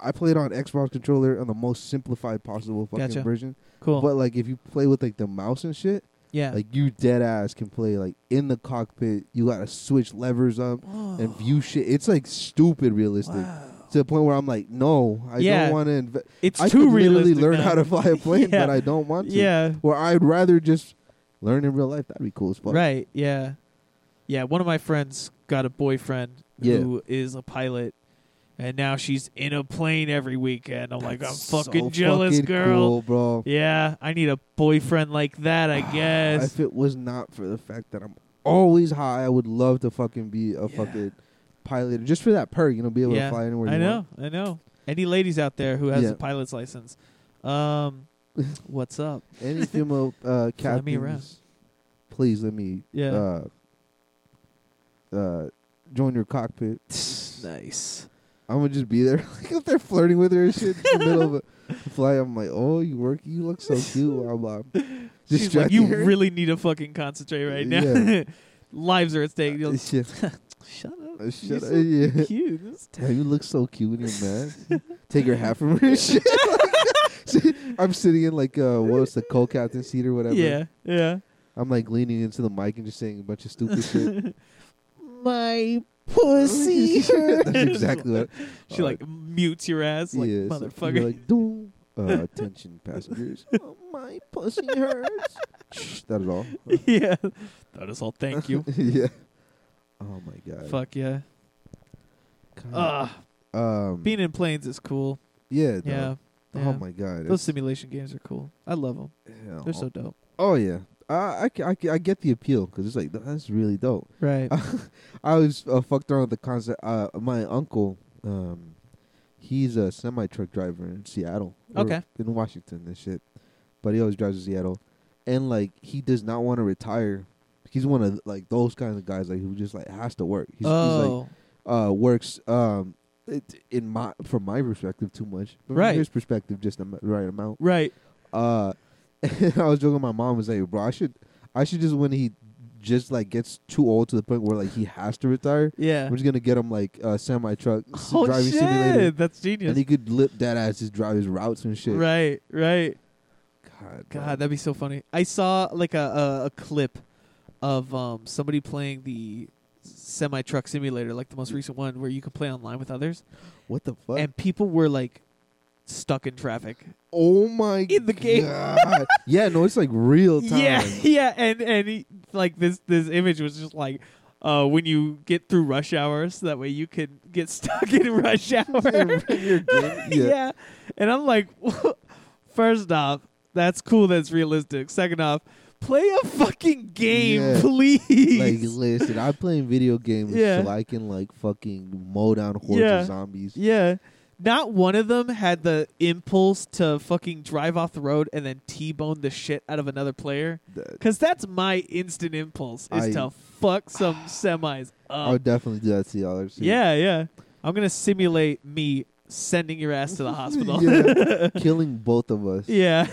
i played on xbox controller on the most simplified possible fucking Gotcha. version Cool. but like if you play with like the mouse and shit yeah. like you dead ass can play like in the cockpit you gotta switch levers up and Oh. view shit it's like stupid realistic Wow. to the point where I'm like, no, I Yeah. don't want to. Inve- It's I too could literally realistic. learn now. how to fly [LAUGHS] a plane, Yeah. but I don't want to. Yeah. Or I'd rather just learn in real life. That'd be cool as fuck. Right. Yeah. Yeah. One of my friends got a boyfriend Yeah. who is a pilot, and now she's in a plane every weekend. I'm like, Oh I'm That's so fucking jealous, fucking girl. cool, bro. Yeah, I need a boyfriend like that. [SIGHS] I guess. if it was not for the fact that I'm always high, I would love to fucking be a Yeah. fucking pilot, just for that perk, you know, be able Yeah, to fly anywhere. I you know. Want. I know. Any ladies out there who has Yeah. a pilot's license? Um, [LAUGHS] what's up? [LAUGHS] Any female uh, Fly me around. captains, please let me. Yeah. Uh, uh, join your cockpit. [SIGHS] [LAUGHS] nice. I'm gonna just be there, [LAUGHS] like if they're flirting with her and shit in the middle of [LAUGHS] a flight. I'm like, oh, you work, you look so cute, blah blah. [LAUGHS] She's like, Distracting you her. really need to fucking concentrate right now. Yeah. [LAUGHS] Lives are at stake. You're like, Shit. [LAUGHS] Shut up. Uh, You're shut so up, yeah. Cute. This is Damn, you look so cute when you're [LAUGHS] mad. Take her hat from her and shit. [LAUGHS] I'm sitting in like uh, what's the co-captain seat or whatever. Yeah, yeah. I'm like leaning into the mic and just saying a bunch [LAUGHS] of stupid shit. My [LAUGHS] That's exactly what. [LAUGHS] She like mutes your ass, like yeah, so motherfucker. you're like, "Doo." Uh, attention, passengers. [LAUGHS] oh, my pussy hurts. Shh, that is all. [LAUGHS] yeah, that is all. Thank [LAUGHS] [LAUGHS] you. yeah. Oh my god. Fuck yeah. God. Uh, um. being in planes is cool. yeah. dog. Yeah. yeah. Oh my god. Those it's- simulation games are cool. I love them. yeah. They're so dope. oh yeah. I, I, ca- I, ca- I get the appeal because it's like that's really dope. [LAUGHS] Right. I was uh, fucked around with the concept. Uh, my uncle, um, he's a semi truck driver in Seattle. or Okay. In Washington and shit, but he always drives to Seattle, and like he does not want to retire. He's one of like those kind of guys like who just like has to work. He's, he's like oh, uh, works um, it, in my from my perspective too much, but Right. From his perspective, just the m- right amount. right. Uh, [LAUGHS] I was joking. with My mom was like, "Bro, I should, I should just when he just like gets too old to the point where like he has to retire, Yeah. we're just gonna get him like a semi truck oh driving shit, simulator, that's genius. and he could lip that ass just drive his routes and shit." Right. Right. God, God, that'd be so funny. I saw like a a, a clip of um somebody playing the semi truck simulator, like the most recent one, where you can play online with others, what the fuck? and people were like stuck in traffic. oh my, In the game. God. yeah, no, it's like real time. [LAUGHS] Yeah, yeah, and and he, like this this image was just like. Uh, when you get through rush hour, so that way you can get [LAUGHS] stuck in [LAUGHS] rush hour. Your game- [LAUGHS] yeah. yeah. And I'm like, [LAUGHS] first off, that's cool. That's realistic. Second off, play a fucking game, Yeah. Like, please. listen, I'm playing video games Yeah. so I can like fucking mow down hordes Yeah. of zombies. yeah. Not one of them had the impulse to fucking drive off the road and then T-bone the shit out of another player. That- Cause that's my instant impulse is I- to fuck [SIGHS] some semis I would up. definitely do that to y'all. I've seen- Yeah, yeah. I'm gonna [LAUGHS] [LAUGHS] simulate me sending your ass to the hospital. [LAUGHS] Yeah. killing both of us. yeah.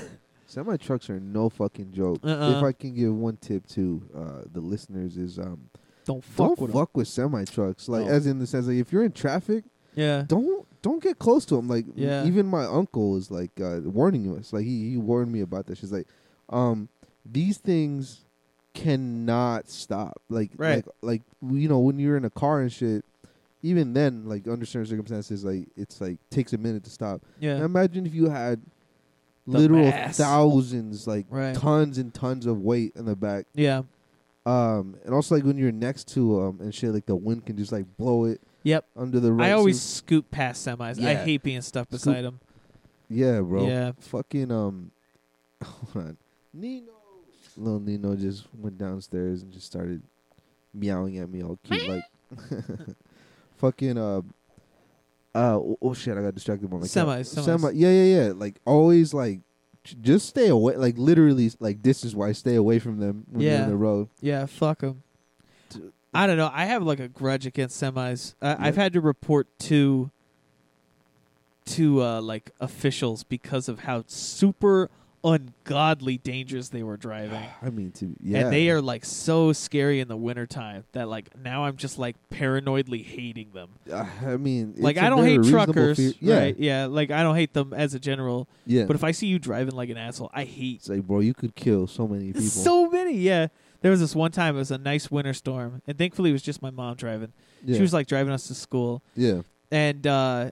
Semi trucks are no fucking joke. Uh-uh. If I can give one tip to uh, the listeners is um, Don't fuck don't with 'em. fuck with semi trucks. Like No. as in the sense like if you're in traffic, Yeah. don't don't get close to him. Like Yeah. even my uncle is like uh, warning us. Like he, he warned me about this. She's like, um, these things cannot stop. Like Right. like like you know when you're in a car and shit. Even then, like under certain circumstances, like it's like takes a minute to stop. Yeah. Now imagine if you had The literal mass. thousands, like Right. tons and tons of weight in the back. yeah. Um, and also like when you're next to um and shit, like the wind can just like blow it Yep. under the. I red always suit. scoot past semis. I Yeah. hate being stuck Scoot, beside them. yeah, bro. Yeah. fucking um [LAUGHS] hold on. Nino Little Nino just went downstairs and just started meowing at me all [LAUGHS] cute like [LAUGHS] fucking uh uh oh, oh shit I got distracted by my cat. Semis, semis. Semi yeah yeah yeah like always like j- just stay away like literally like distance wise stay away from them when you're Yeah. in the road. Yeah. Fuck them. Dude. I don't know. I have like a grudge against semis. I, I've had to report to to uh, like officials because of how super ungodly dangerous they were driving. I mean to yeah And they are like so scary in the wintertime that like now I'm just like paranoidly hating them. Uh, I mean it's like a I don't very hate reasonable truckers, fear. Yeah. right? Yeah, like I don't hate them as a general, Yeah. but if I see you driving like an asshole, I hate it's like bro you could kill so many people. so many. Yeah, there was this one time it was a nice winter storm, and thankfully it was just my mom driving. yeah. She was like driving us to school, yeah. and uh,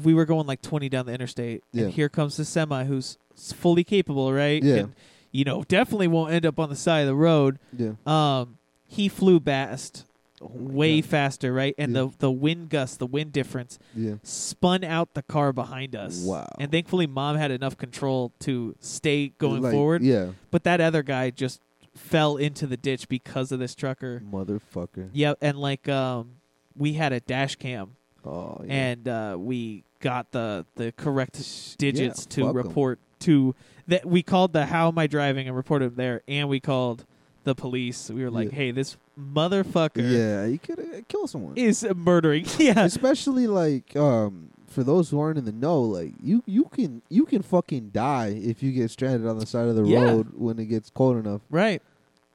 we were going like 20 down the interstate, Yeah. and here comes the semi who's s- fully capable, right? Yeah. And, you know, definitely won't end up on the side of the road. Yeah. Um, he flew past Oh my way God. faster, right? And Yeah. the the wind gust, the wind difference, yeah. spun out the car behind us. Wow. And thankfully, mom had enough control to stay going Like, forward. Yeah, But that other guy just fell into the ditch because of this trucker. motherfucker. Yeah, and like um, we had a dash cam, Oh, yeah. and uh, we got the the correct digits fuck to 'em. report to that we called the how am I driving and reported him there, and we called the police. We were like, Yeah. hey, this motherfucker. yeah, you could uh, kill someone. Is murdering, [LAUGHS] yeah, Especially like um for those who aren't in the know, like you you can you can fucking die if you get stranded on the side of the Yeah. road when it gets cold enough. right.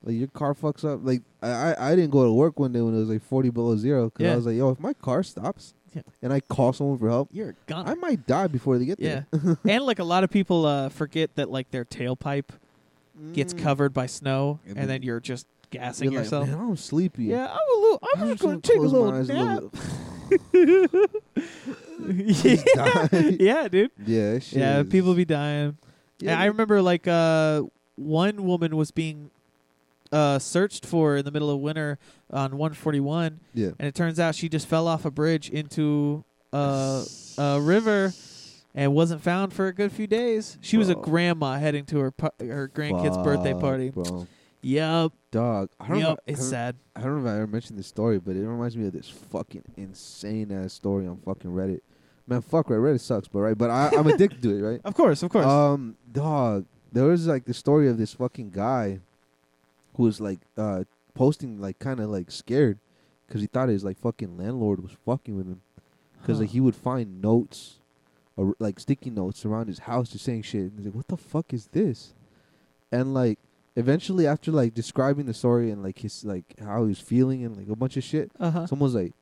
Like your car fucks up. Like I I, I didn't go to work one day when it was like forty below zero because Yeah. I was like, yo, if my car stops Yeah. and I call someone for help, You're a gunner. I might die before they get Yeah. there. [LAUGHS] and like a lot of people uh, forget that like their tailpipe gets Mm. covered by snow, And and, then- then you're just gassing You're like, yourself. Man, I'm sleepy. [LAUGHS] yeah, I'm a little. I'm, I'm just just gonna gonna take a close my little eyes a nap. little [LAUGHS] yeah. [LAUGHS] Die. yeah, dude. yeah. that shit Yeah, is- people be dying. Yeah, And I remember like uh, one woman was being uh, searched for in the middle of winter on 141, Yeah. and it turns out she just fell off a bridge into uh, a river. and wasn't found for a good few days. She was a Bro. grandma heading to her pu- her grandkid's birthday Fuck, party. Bro. Yep, Dog, I don't, know, yep, I, it's don't, sad. I don't know if I ever mentioned this story, but it reminds me of this fucking insane ass story on fucking Reddit. Man, fuck Reddit, Reddit sucks, but right, but I, I'm addicted to it, right? Of course, of course. Um, dog, there was like the story of this fucking guy who was like uh posting like kind of like scared because he thought his like fucking landlord was fucking with him because Huh. like he would find notes or like sticky notes around his house just saying shit. And he's like, "What the fuck is this?" And like eventually, after like describing the story and like his like how he was feeling and like a bunch of shit, uh-huh. someone's like,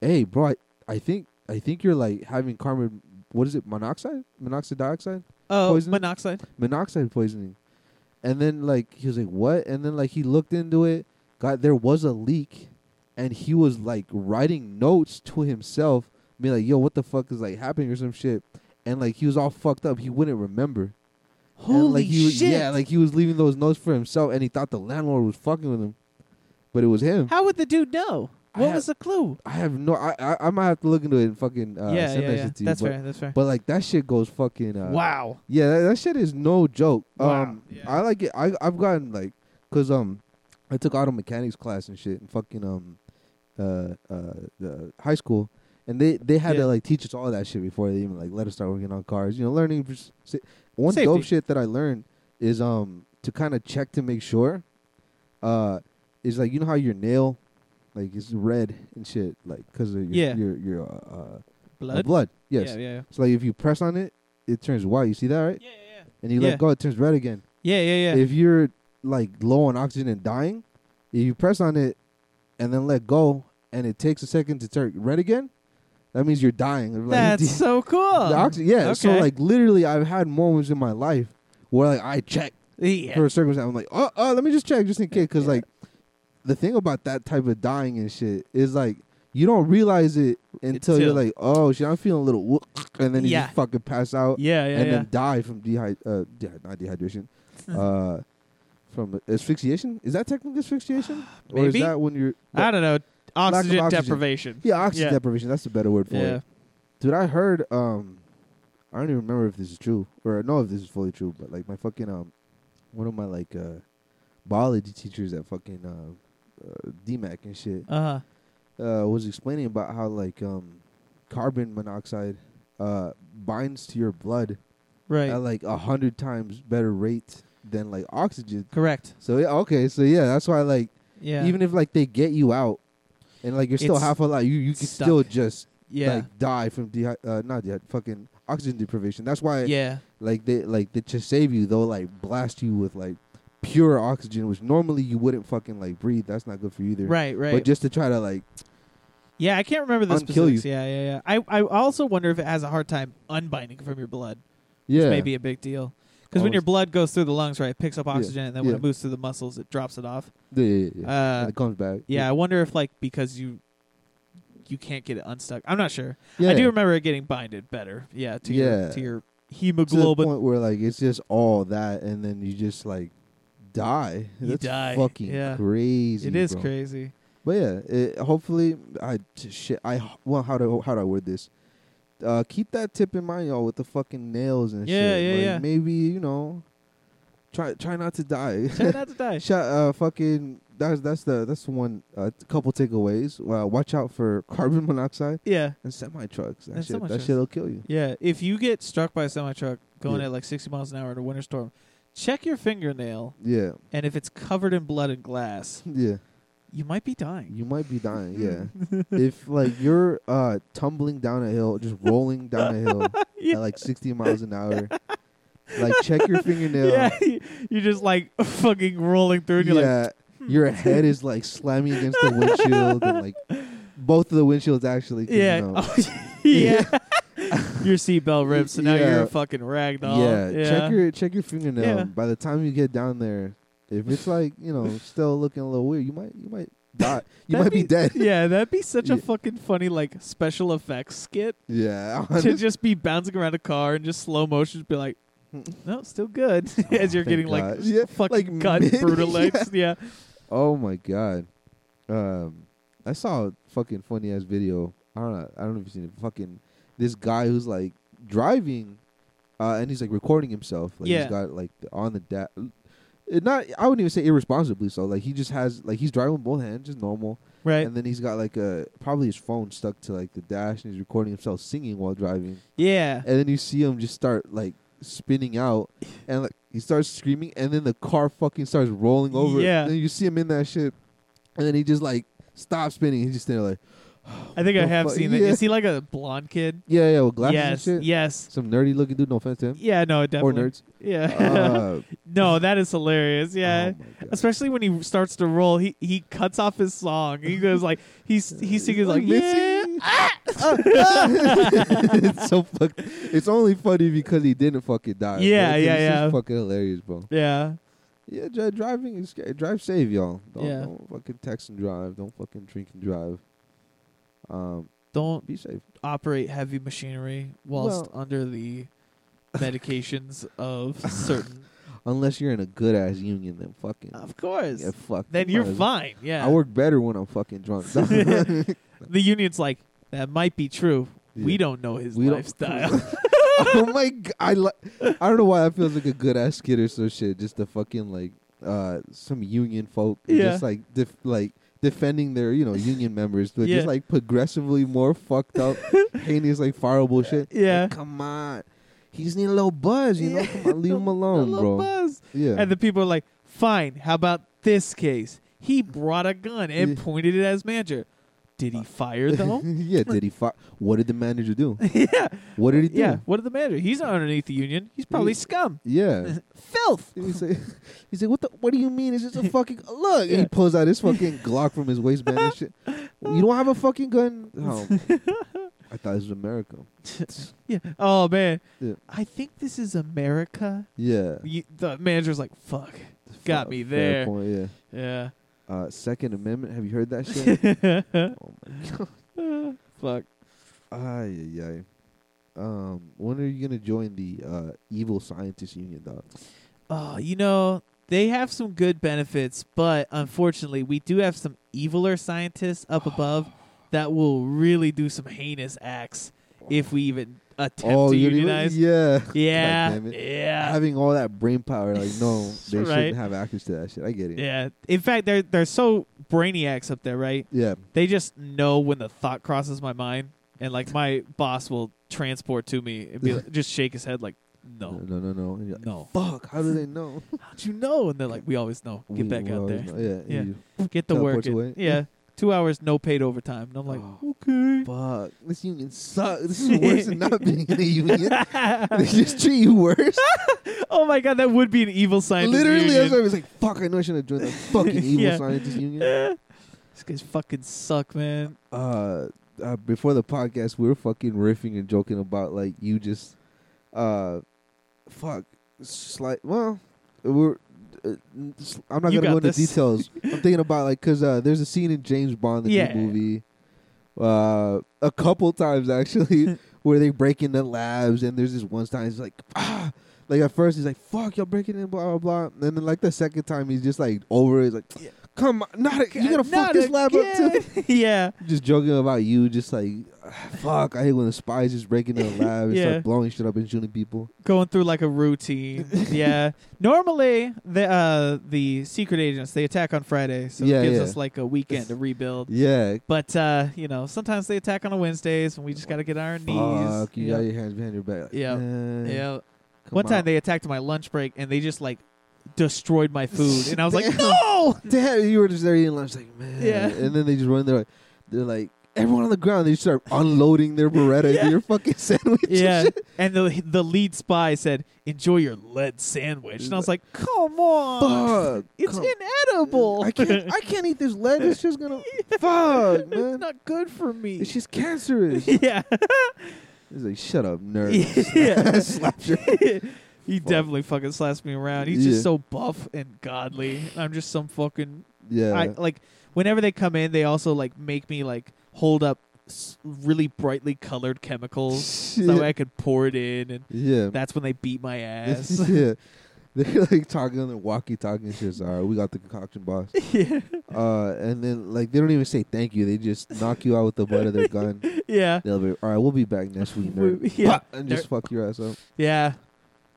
"Hey, bro, I, I think I think you're like having carbon. What is it? Monoxide? Monoxide dioxide?" oh, poison? monoxide. monoxide poisoning. And then like he was like, "What?" And then like he looked into it. God, there was a leak, and he was like writing notes to himself, being like, "Yo, what the fuck is like happening or some shit." And like he was all fucked up. He wouldn't remember. Holy and, like, he was, shit! Yeah, like he was leaving those notes for himself, and he thought the landlord was fucking with him, but it was him. How would the dude know? I What have- was the clue? I have no. I, I I might have to look into it and fucking uh, yeah, send yeah, that yeah. shit to you. That's but, fair. That's fair. But like that shit goes fucking. Uh, wow. Yeah, that, that shit is no joke. Wow. Um, Yeah. I like it. I I've gotten like, cause um, I took auto mechanics class and shit and fucking um, uh uh the high school, and they they had Yeah. to like teach us all that shit before they even like let us start working on cars. You know, learning. for s- sa- One Safety. dope shit that I learned is um to kind of check to make sure, uh, is like you know how your nail, like is red and shit like cause of your Yeah. your your uh, uh Blood. blood. Yes. Yeah, yeah, So like if you press on it, it turns white. You see that right? yeah. and you Yeah. let go, it turns red again. Yeah, yeah, yeah. If you're like low on oxygen and dying, if you press on it and then let go, and it takes a second to turn red again, that means you're dying. Like, [LAUGHS] That's so cool. the oxygen. Yeah. So Okay. like literally, I've had moments in my life where like I check yeah. for a circumstance. I'm like, oh, oh, let me just check just in case, because Yeah. like the thing about that type of dying and shit is like you don't realize it until, you're Until- like, oh shit, I'm feeling a little, wo- and then you Yeah. just fucking pass out yeah, yeah, and yeah. then die from dehy- uh, de- [LAUGHS] not dehydration, uh, from asphyxiation. Is that [SIGHS] technically asphyxiation, or is Maybe. that when you're? I don't know. of Oxygen, oxygen. deprivation. yeah, oxygen Yeah. deprivation. That's the better word for Yeah. it. Dude, I heard. Um, I don't even remember if this is true or I know if this is fully true, but like my fucking um, one of my like uh, biology teachers at fucking uh, uh DMAC and shit Uh huh. uh was explaining about how like um, carbon monoxide uh binds to your blood Right. at like a hundred times better rate than like oxygen. Correct. So yeah, okay, so yeah, that's why like Yeah. even if like they get you out and like you're still It's half alive, you you can stuck. still just yeah. like die from dehy- uh, not dehy- fucking oxygen deprivation. That's why yeah. like they like they to save you they'll like blast you with like pure oxygen, which normally you wouldn't fucking like breathe. That's not good for you either. Right. Right. But just to try to like yeah. I can't remember the Unkill you. specifics. Yeah. Yeah. Yeah. I I also wonder if it has a hard time unbinding from your blood. yeah, Which may be a big deal. Because when Always. your blood goes through the lungs, right, it picks up oxygen, and then when yeah. it moves through the muscles, it drops it off. yeah, yeah, yeah. Uh, and it comes back. yeah, I wonder if like because you you can't get it unstuck. I'm not sure. yeah. I do remember it getting binded better. Yeah, to Yeah. your to your to the hemoglobin. point where like it's just all that, and then you just like die. You That's die, Fucking yeah. crazy. It is bro. [LAUGHS] crazy. But yeah, it, hopefully I t- shit. I h- well, how do how do I word this? Uh, keep that tip in mind, y'all, with the fucking nails and Yeah, shit. yeah, like, yeah. Maybe you know, try try not to die. Try [LAUGHS] not to die. Shot, uh, fucking. That's that's the that's the one. Uh, t- couple takeaways. Uh, watch out for [LAUGHS] carbon monoxide Yeah, and semi trucks. That And shit. That semi-trucks. shit'll kill you. yeah. If you get struck by a semi truck going Yeah. at like 60 miles an hour in a winter storm, check your fingernail, Yeah, [LAUGHS] and if it's covered in blood and glass, yeah. you might be dying. You might be dying, [LAUGHS] yeah. if like you're uh tumbling down a hill, just rolling down a [LAUGHS] hill Yeah. at like 60 miles an hour, like check your fingernail. Yeah, [LAUGHS] you're just like fucking rolling through, and you're like, "Hmm." Yeah, your head is like slamming against the windshield, and like both of the windshields actually. 'cause, you Yeah. know. [LAUGHS] Oh, yeah. [LAUGHS] your seatbelt rips, so now Yeah. you're a fucking ragdoll. yeah. Oh, Yeah. Check your check your fingernail. Yeah. By the time you get down there, if it's like you know still looking a little weird, you might you might die. You might That'd be, be- dead. [LAUGHS] Yeah, that'd be such Yeah. a fucking funny like special effects skit [LAUGHS] Yeah. to just be bouncing around a car and just slow motion be [LAUGHS] like, no, still good [LAUGHS] as you're Oh, thank getting God. like Yeah, fucking like cut mid- [LAUGHS] brutalized. Yeah. Oh my god. Um I saw a fucking funny ass video. I don't know. I don't know if you've seen it. Fucking this guy who's like driving uh and he's like recording himself. Like Yeah. he's got like the- on the da- it not I wouldn't even say irresponsibly so. Like he just has like he's driving with both hands, just normal. Right. And then he's got like a probably his phone stuck to like the dash and he's recording himself singing while driving. Yeah. And then you see him just start like spinning out and like he starts screaming and then the car fucking starts rolling over. Yeah. And you see him in that shit. And then he just like stops spinning. He's just standing there like I think I the have fuck- seen yeah. it. Is he like a blonde kid? Yeah, yeah, with glasses yes. and shit. Yes. Some nerdy looking dude, no offense to him. Yeah, no, Or definitely. [LAUGHS] nerds. Yeah. Uh, [LAUGHS] no, that is hilarious. Yeah. Oh my God. Especially when he starts to roll, he he cuts off his song. He goes like [LAUGHS] he's he sings like [LAUGHS] yeah. missing. [LAUGHS] it's so fuck. It's only funny because he didn't fucking die. bro. Yeah, 'Cause yeah, it's just yeah. Fucking hilarious, bro. yeah. Yeah, dri- driving is scary. drive safe, y'all. Don't, Yeah. don't fucking text and drive. Don't fucking drink and drive. Um, Don't be safe. operate heavy machinery whilst under the medications [LAUGHS] of certain. Unless you're in a good ass union, then fucking Of course. yeah, fuck. Uh, Then You you're might as- fine. Yeah. I work better when I'm fucking [LAUGHS] drunk. [LAUGHS] the union's like that might be true. Yeah. We don't know his We don't- lifestyle. [LAUGHS] oh my god! I li- I don't know why that feels like a good ass kid or some shit. Just the fucking like uh some union folk, and Yeah. just like def- like defending their you know union members, but Yeah. just like progressively more [LAUGHS] fucked up, heinous like fireable shit. Yeah. Like, come on, he's need a little buzz, you know. Come [LAUGHS] on, leave him A alone, little bro. buzz. Yeah, And the people are like, fine, how about this case? He brought a gun and Yeah. pointed it at his manager. Did he fire [LAUGHS] though? yeah, did he fire? What did the manager do? [LAUGHS] yeah. What did he do? Yeah. What did the manager? He's not underneath the union. He's probably He- scum. Yeah. [LAUGHS] Filth. And he's like, [LAUGHS] he's like, what the? What do you mean? Is this a [LAUGHS] fucking look? And Yeah. he pulls out his fucking Glock from his waistband and shit. You don't have a [LAUGHS] fucking gun. Oh. I thought this was America. Yeah. Oh man. Yeah. I think this is America. Yeah, You, the manager's like, "Fuck." Got Fuck, me fair there. Point, yeah. Yeah. Uh, Second Amendment. Have you heard that shit? [LAUGHS] oh my Fuck. Ay, ay, ay. Um, when are you gonna join the uh, evil scientist union, dog? Oh, you know, they have some good benefits, but unfortunately, we do have some eviler scientists [SIGHS] up above that will really do some heinous acts if we even attempt to you're the- unionize. Oh, Yeah, God Yeah. damn it. Yeah. Having all that brain power, like [LAUGHS] no, they Right. shouldn't have access to that shit. I get it. Yeah. In fact, they're they're so brainiacs up there, right? yeah, They just know when the thought crosses my mind, and like my boss will transport to me and be [LAUGHS] like, just shake his head like, no, "No, no, no. no. And you're like, no, Fuck! How do they know? how'd you know?" And they're like, "We always know. Get We- back we out always there, know. Yeah, Yeah. and you- [LAUGHS] get the work." Teleports in." away. Yeah, two hours, no paid overtime. And I'm like, Oh. "Okay." Fuck! This union sucks. This is worse than not being [LAUGHS] in a union. They just treat you worse. oh my god, that would be an evil scientist. Literally, union. that's why I was like, "Fuck! I know I shouldn't have joined [LAUGHS] the fucking evil Yeah. scientist union." [LAUGHS] These guys fucking suck, man. uh, uh before the podcast we were fucking riffing and joking about like you just uh fuck slight well we're uh, n- s- I'm not You gonna go got into this. [LAUGHS] details. I'm thinking about like because uh, there's a scene in James Bond the new Yeah. movie, uh, a couple times [LAUGHS] actually where they break into labs and there's this one time he's like ah like at first he's like fuck y'all breaking in blah blah blah and then like the second time he's just like over it, he's like Yeah. come on not a, you gonna fuck Not this lab up too again. [LAUGHS] yeah. just joking about you, just like [SIGHS] fuck. I hate when the spies just break [LAUGHS] into the lab and Yeah. start blowing shit up and shooting people. going through like a [LAUGHS] routine. yeah. Normally the uh the secret agents they attack on Friday, so Yeah, it gives yeah. us like a weekend to rebuild. Yeah, But uh, you know, sometimes they attack on a Wednesdays and we just gotta get on our knees. fuck. You yeah. got your hands behind your back. Like, Yeah. eh, yeah. come One time out. they attacked my lunch break and they just like destroyed my food and I was [LAUGHS] like, No Damn, you were just there eating lunch, like man. Yeah. and then they just run. They're like, they're like everyone on the ground. They just start unloading their [LAUGHS] Beretta Yeah. into your fucking sandwich. [LAUGHS] and Yeah. shit. And the the lead spy said, Enjoy your lead sandwich and I was like, Come on Fuck, [LAUGHS] It's come- inedible. [LAUGHS] I can't. I can't eat this lead. It's just gonna fuck, it's man. not good for me. It's just cancerous. He's [LAUGHS] yeah. like, shut up, [LAUGHS] nerd. [LAUGHS] yeah. Slapped your [LAUGHS] he Fuck. definitely fucking slaps me around. He's Yeah. just so buff and godly. And I'm just some fucking yeah. I like whenever they come in, they also like make me like hold up s- really brightly colored [LAUGHS] chemicals so that way I could pour it in and yeah. that's when they beat my [LAUGHS] ass. [LAUGHS] yeah. They're like talking on their walkie talkie and shit. All right, we got the [LAUGHS] concoction boss. yeah. Uh, and then like they don't even say thank you. They just knock you out with the butt of their gun. Yeah. They'll be all right. We'll be back next week, nerd. Yeah. and just fuck your ass up. Yeah.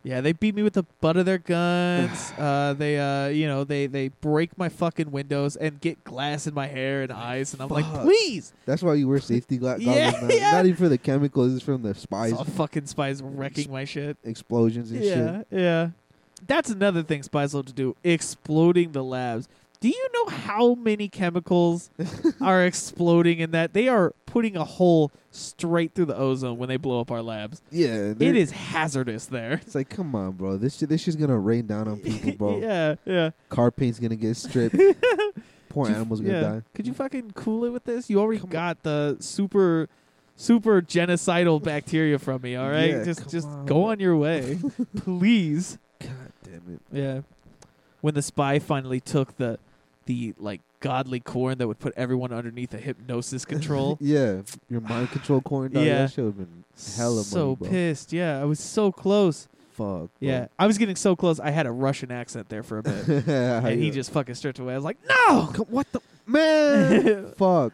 Yeah, they beat me with the butt of their [SIGHS] guns. uh, they, uh, you know, they they break my fucking windows and get glass in my hair and eyes, and I'm like, Fuck. please, That's why you wear safety gla- [LAUGHS] goggles Yeah, now. yeah. Not even for the chemicals. It's from the I spies, saw fucking spies wrecking my shit. [LAUGHS] explosions and Yeah, shit. yeah. That's another thing spies love to do: exploding the labs. Do you know how many [LAUGHS] chemicals are exploding in that? They are putting a hole straight through the ozone when they blow up our labs. Yeah, It they're- is hazardous there. It's like, come on, bro. This shit, this shit's gonna rain [LAUGHS] down on people, bro. yeah, yeah. Car paint's gonna [LAUGHS] get stripped. Poor Could you- animals gonna yeah. die. Could you fucking cool it with this? You already Come on. got the super, super genocidal bacteria from me. All right, Yeah, just come just on. go on your [LAUGHS] way, please. God damn it. Yeah. When the spy finally took the the like godly corn that would put everyone underneath a hypnosis control. [LAUGHS] Yeah, your mind control corn dog. Yeah. That shit would have been hella so money, bro. pissed. Yeah, I was so close. Fuck. bro. Yeah, [LAUGHS] I was getting so close. I had a Russian accent there for a bit, and he Yeah. just fucking stripped away. I was like, "No!" Come- what the [LAUGHS] [LAUGHS] man? Fuck.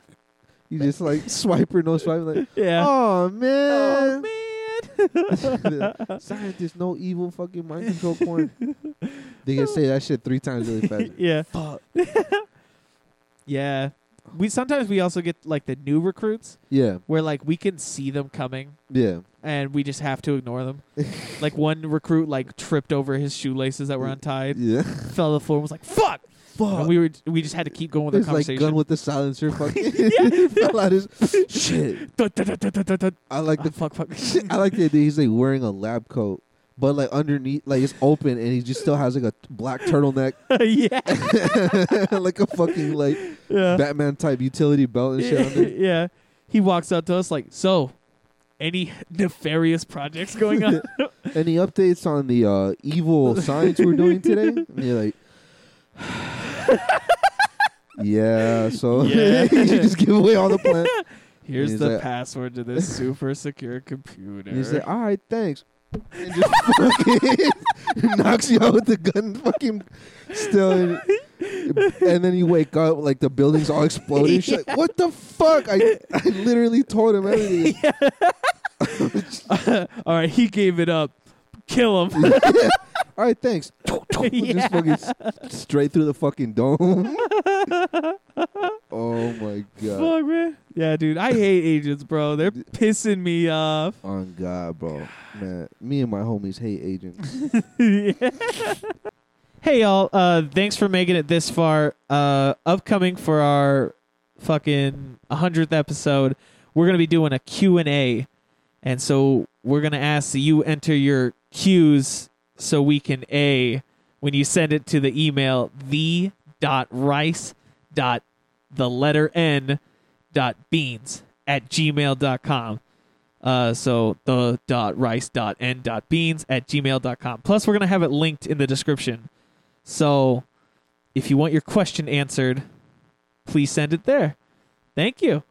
You just like swiper, no swipe. Like, Yeah. [LAUGHS] oh man. [LAUGHS] Oh, man. [LAUGHS] Scientists, no evil fucking mind [LAUGHS] control corn. they can say that shit three times really fast. yeah. Fuck. Yeah. We sometimes we also get like the new recruits Yeah, where like we can see them coming yeah. and we just have to ignore [LAUGHS] them. like one recruit like tripped over his shoelaces that were untied, [LAUGHS] Yeah. fell to the floor, and was like, "Fuck!" Fuck. And we were we just had to keep going with There's the like gun conversation. with the silencer. Fucking [LAUGHS] Yeah. [LAUGHS] fell out his [LAUGHS] shit. Dun, dun, dun, dun, dun, dun, dun. I like Ah, the fuck, [LAUGHS] fuck. I like the idea. He's like wearing a lab coat, but like underneath, like it's open, and he just still has like a black turtleneck, [LAUGHS] [LAUGHS] yeah, like a fucking like yeah. Batman type utility belt and [LAUGHS] shit. Under. yeah. He walks up to us like, so, any nefarious projects going [LAUGHS] on? [LAUGHS] Any updates on the uh, evil science we're doing today? And you're like, [SIGHS] yeah. So Yeah. [LAUGHS] you just give away all the plans. Here's He's the like- password to [LAUGHS] this super secure computer. And he's like, all right, thanks. And just [LAUGHS] fucking knocks you out with the gun, fucking still. in- And then you wake up, like the building's all exploding. She's like, what the fuck? I, I literally told [LAUGHS] him everything. [LAUGHS] All right, he gave it up. [LAUGHS] Kill him. All right, thanks. [LAUGHS] Yeah. Just fucking s- straight through the fucking dome. [LAUGHS] oh my god. Fuck, man. Yeah, dude. I hate agents, bro. [LAUGHS] They're pissing me off. On God, bro. Man, me and my homies hate agents. [LAUGHS] Hey, y'all. Uh, thanks for making it this far. Uh, upcoming for our fucking 100th episode, we're going to be doing a Q&A. And so we're going to ask that you enter your Qs so we can A when you send it to the email the dot rice dot the letter N dot beans at gmail dot com. Uh, so the dot rice dot n dot beans at gmail.com. Plus, we're gonna have it linked in the description. So if you want your question answered, please send it there. Thank you.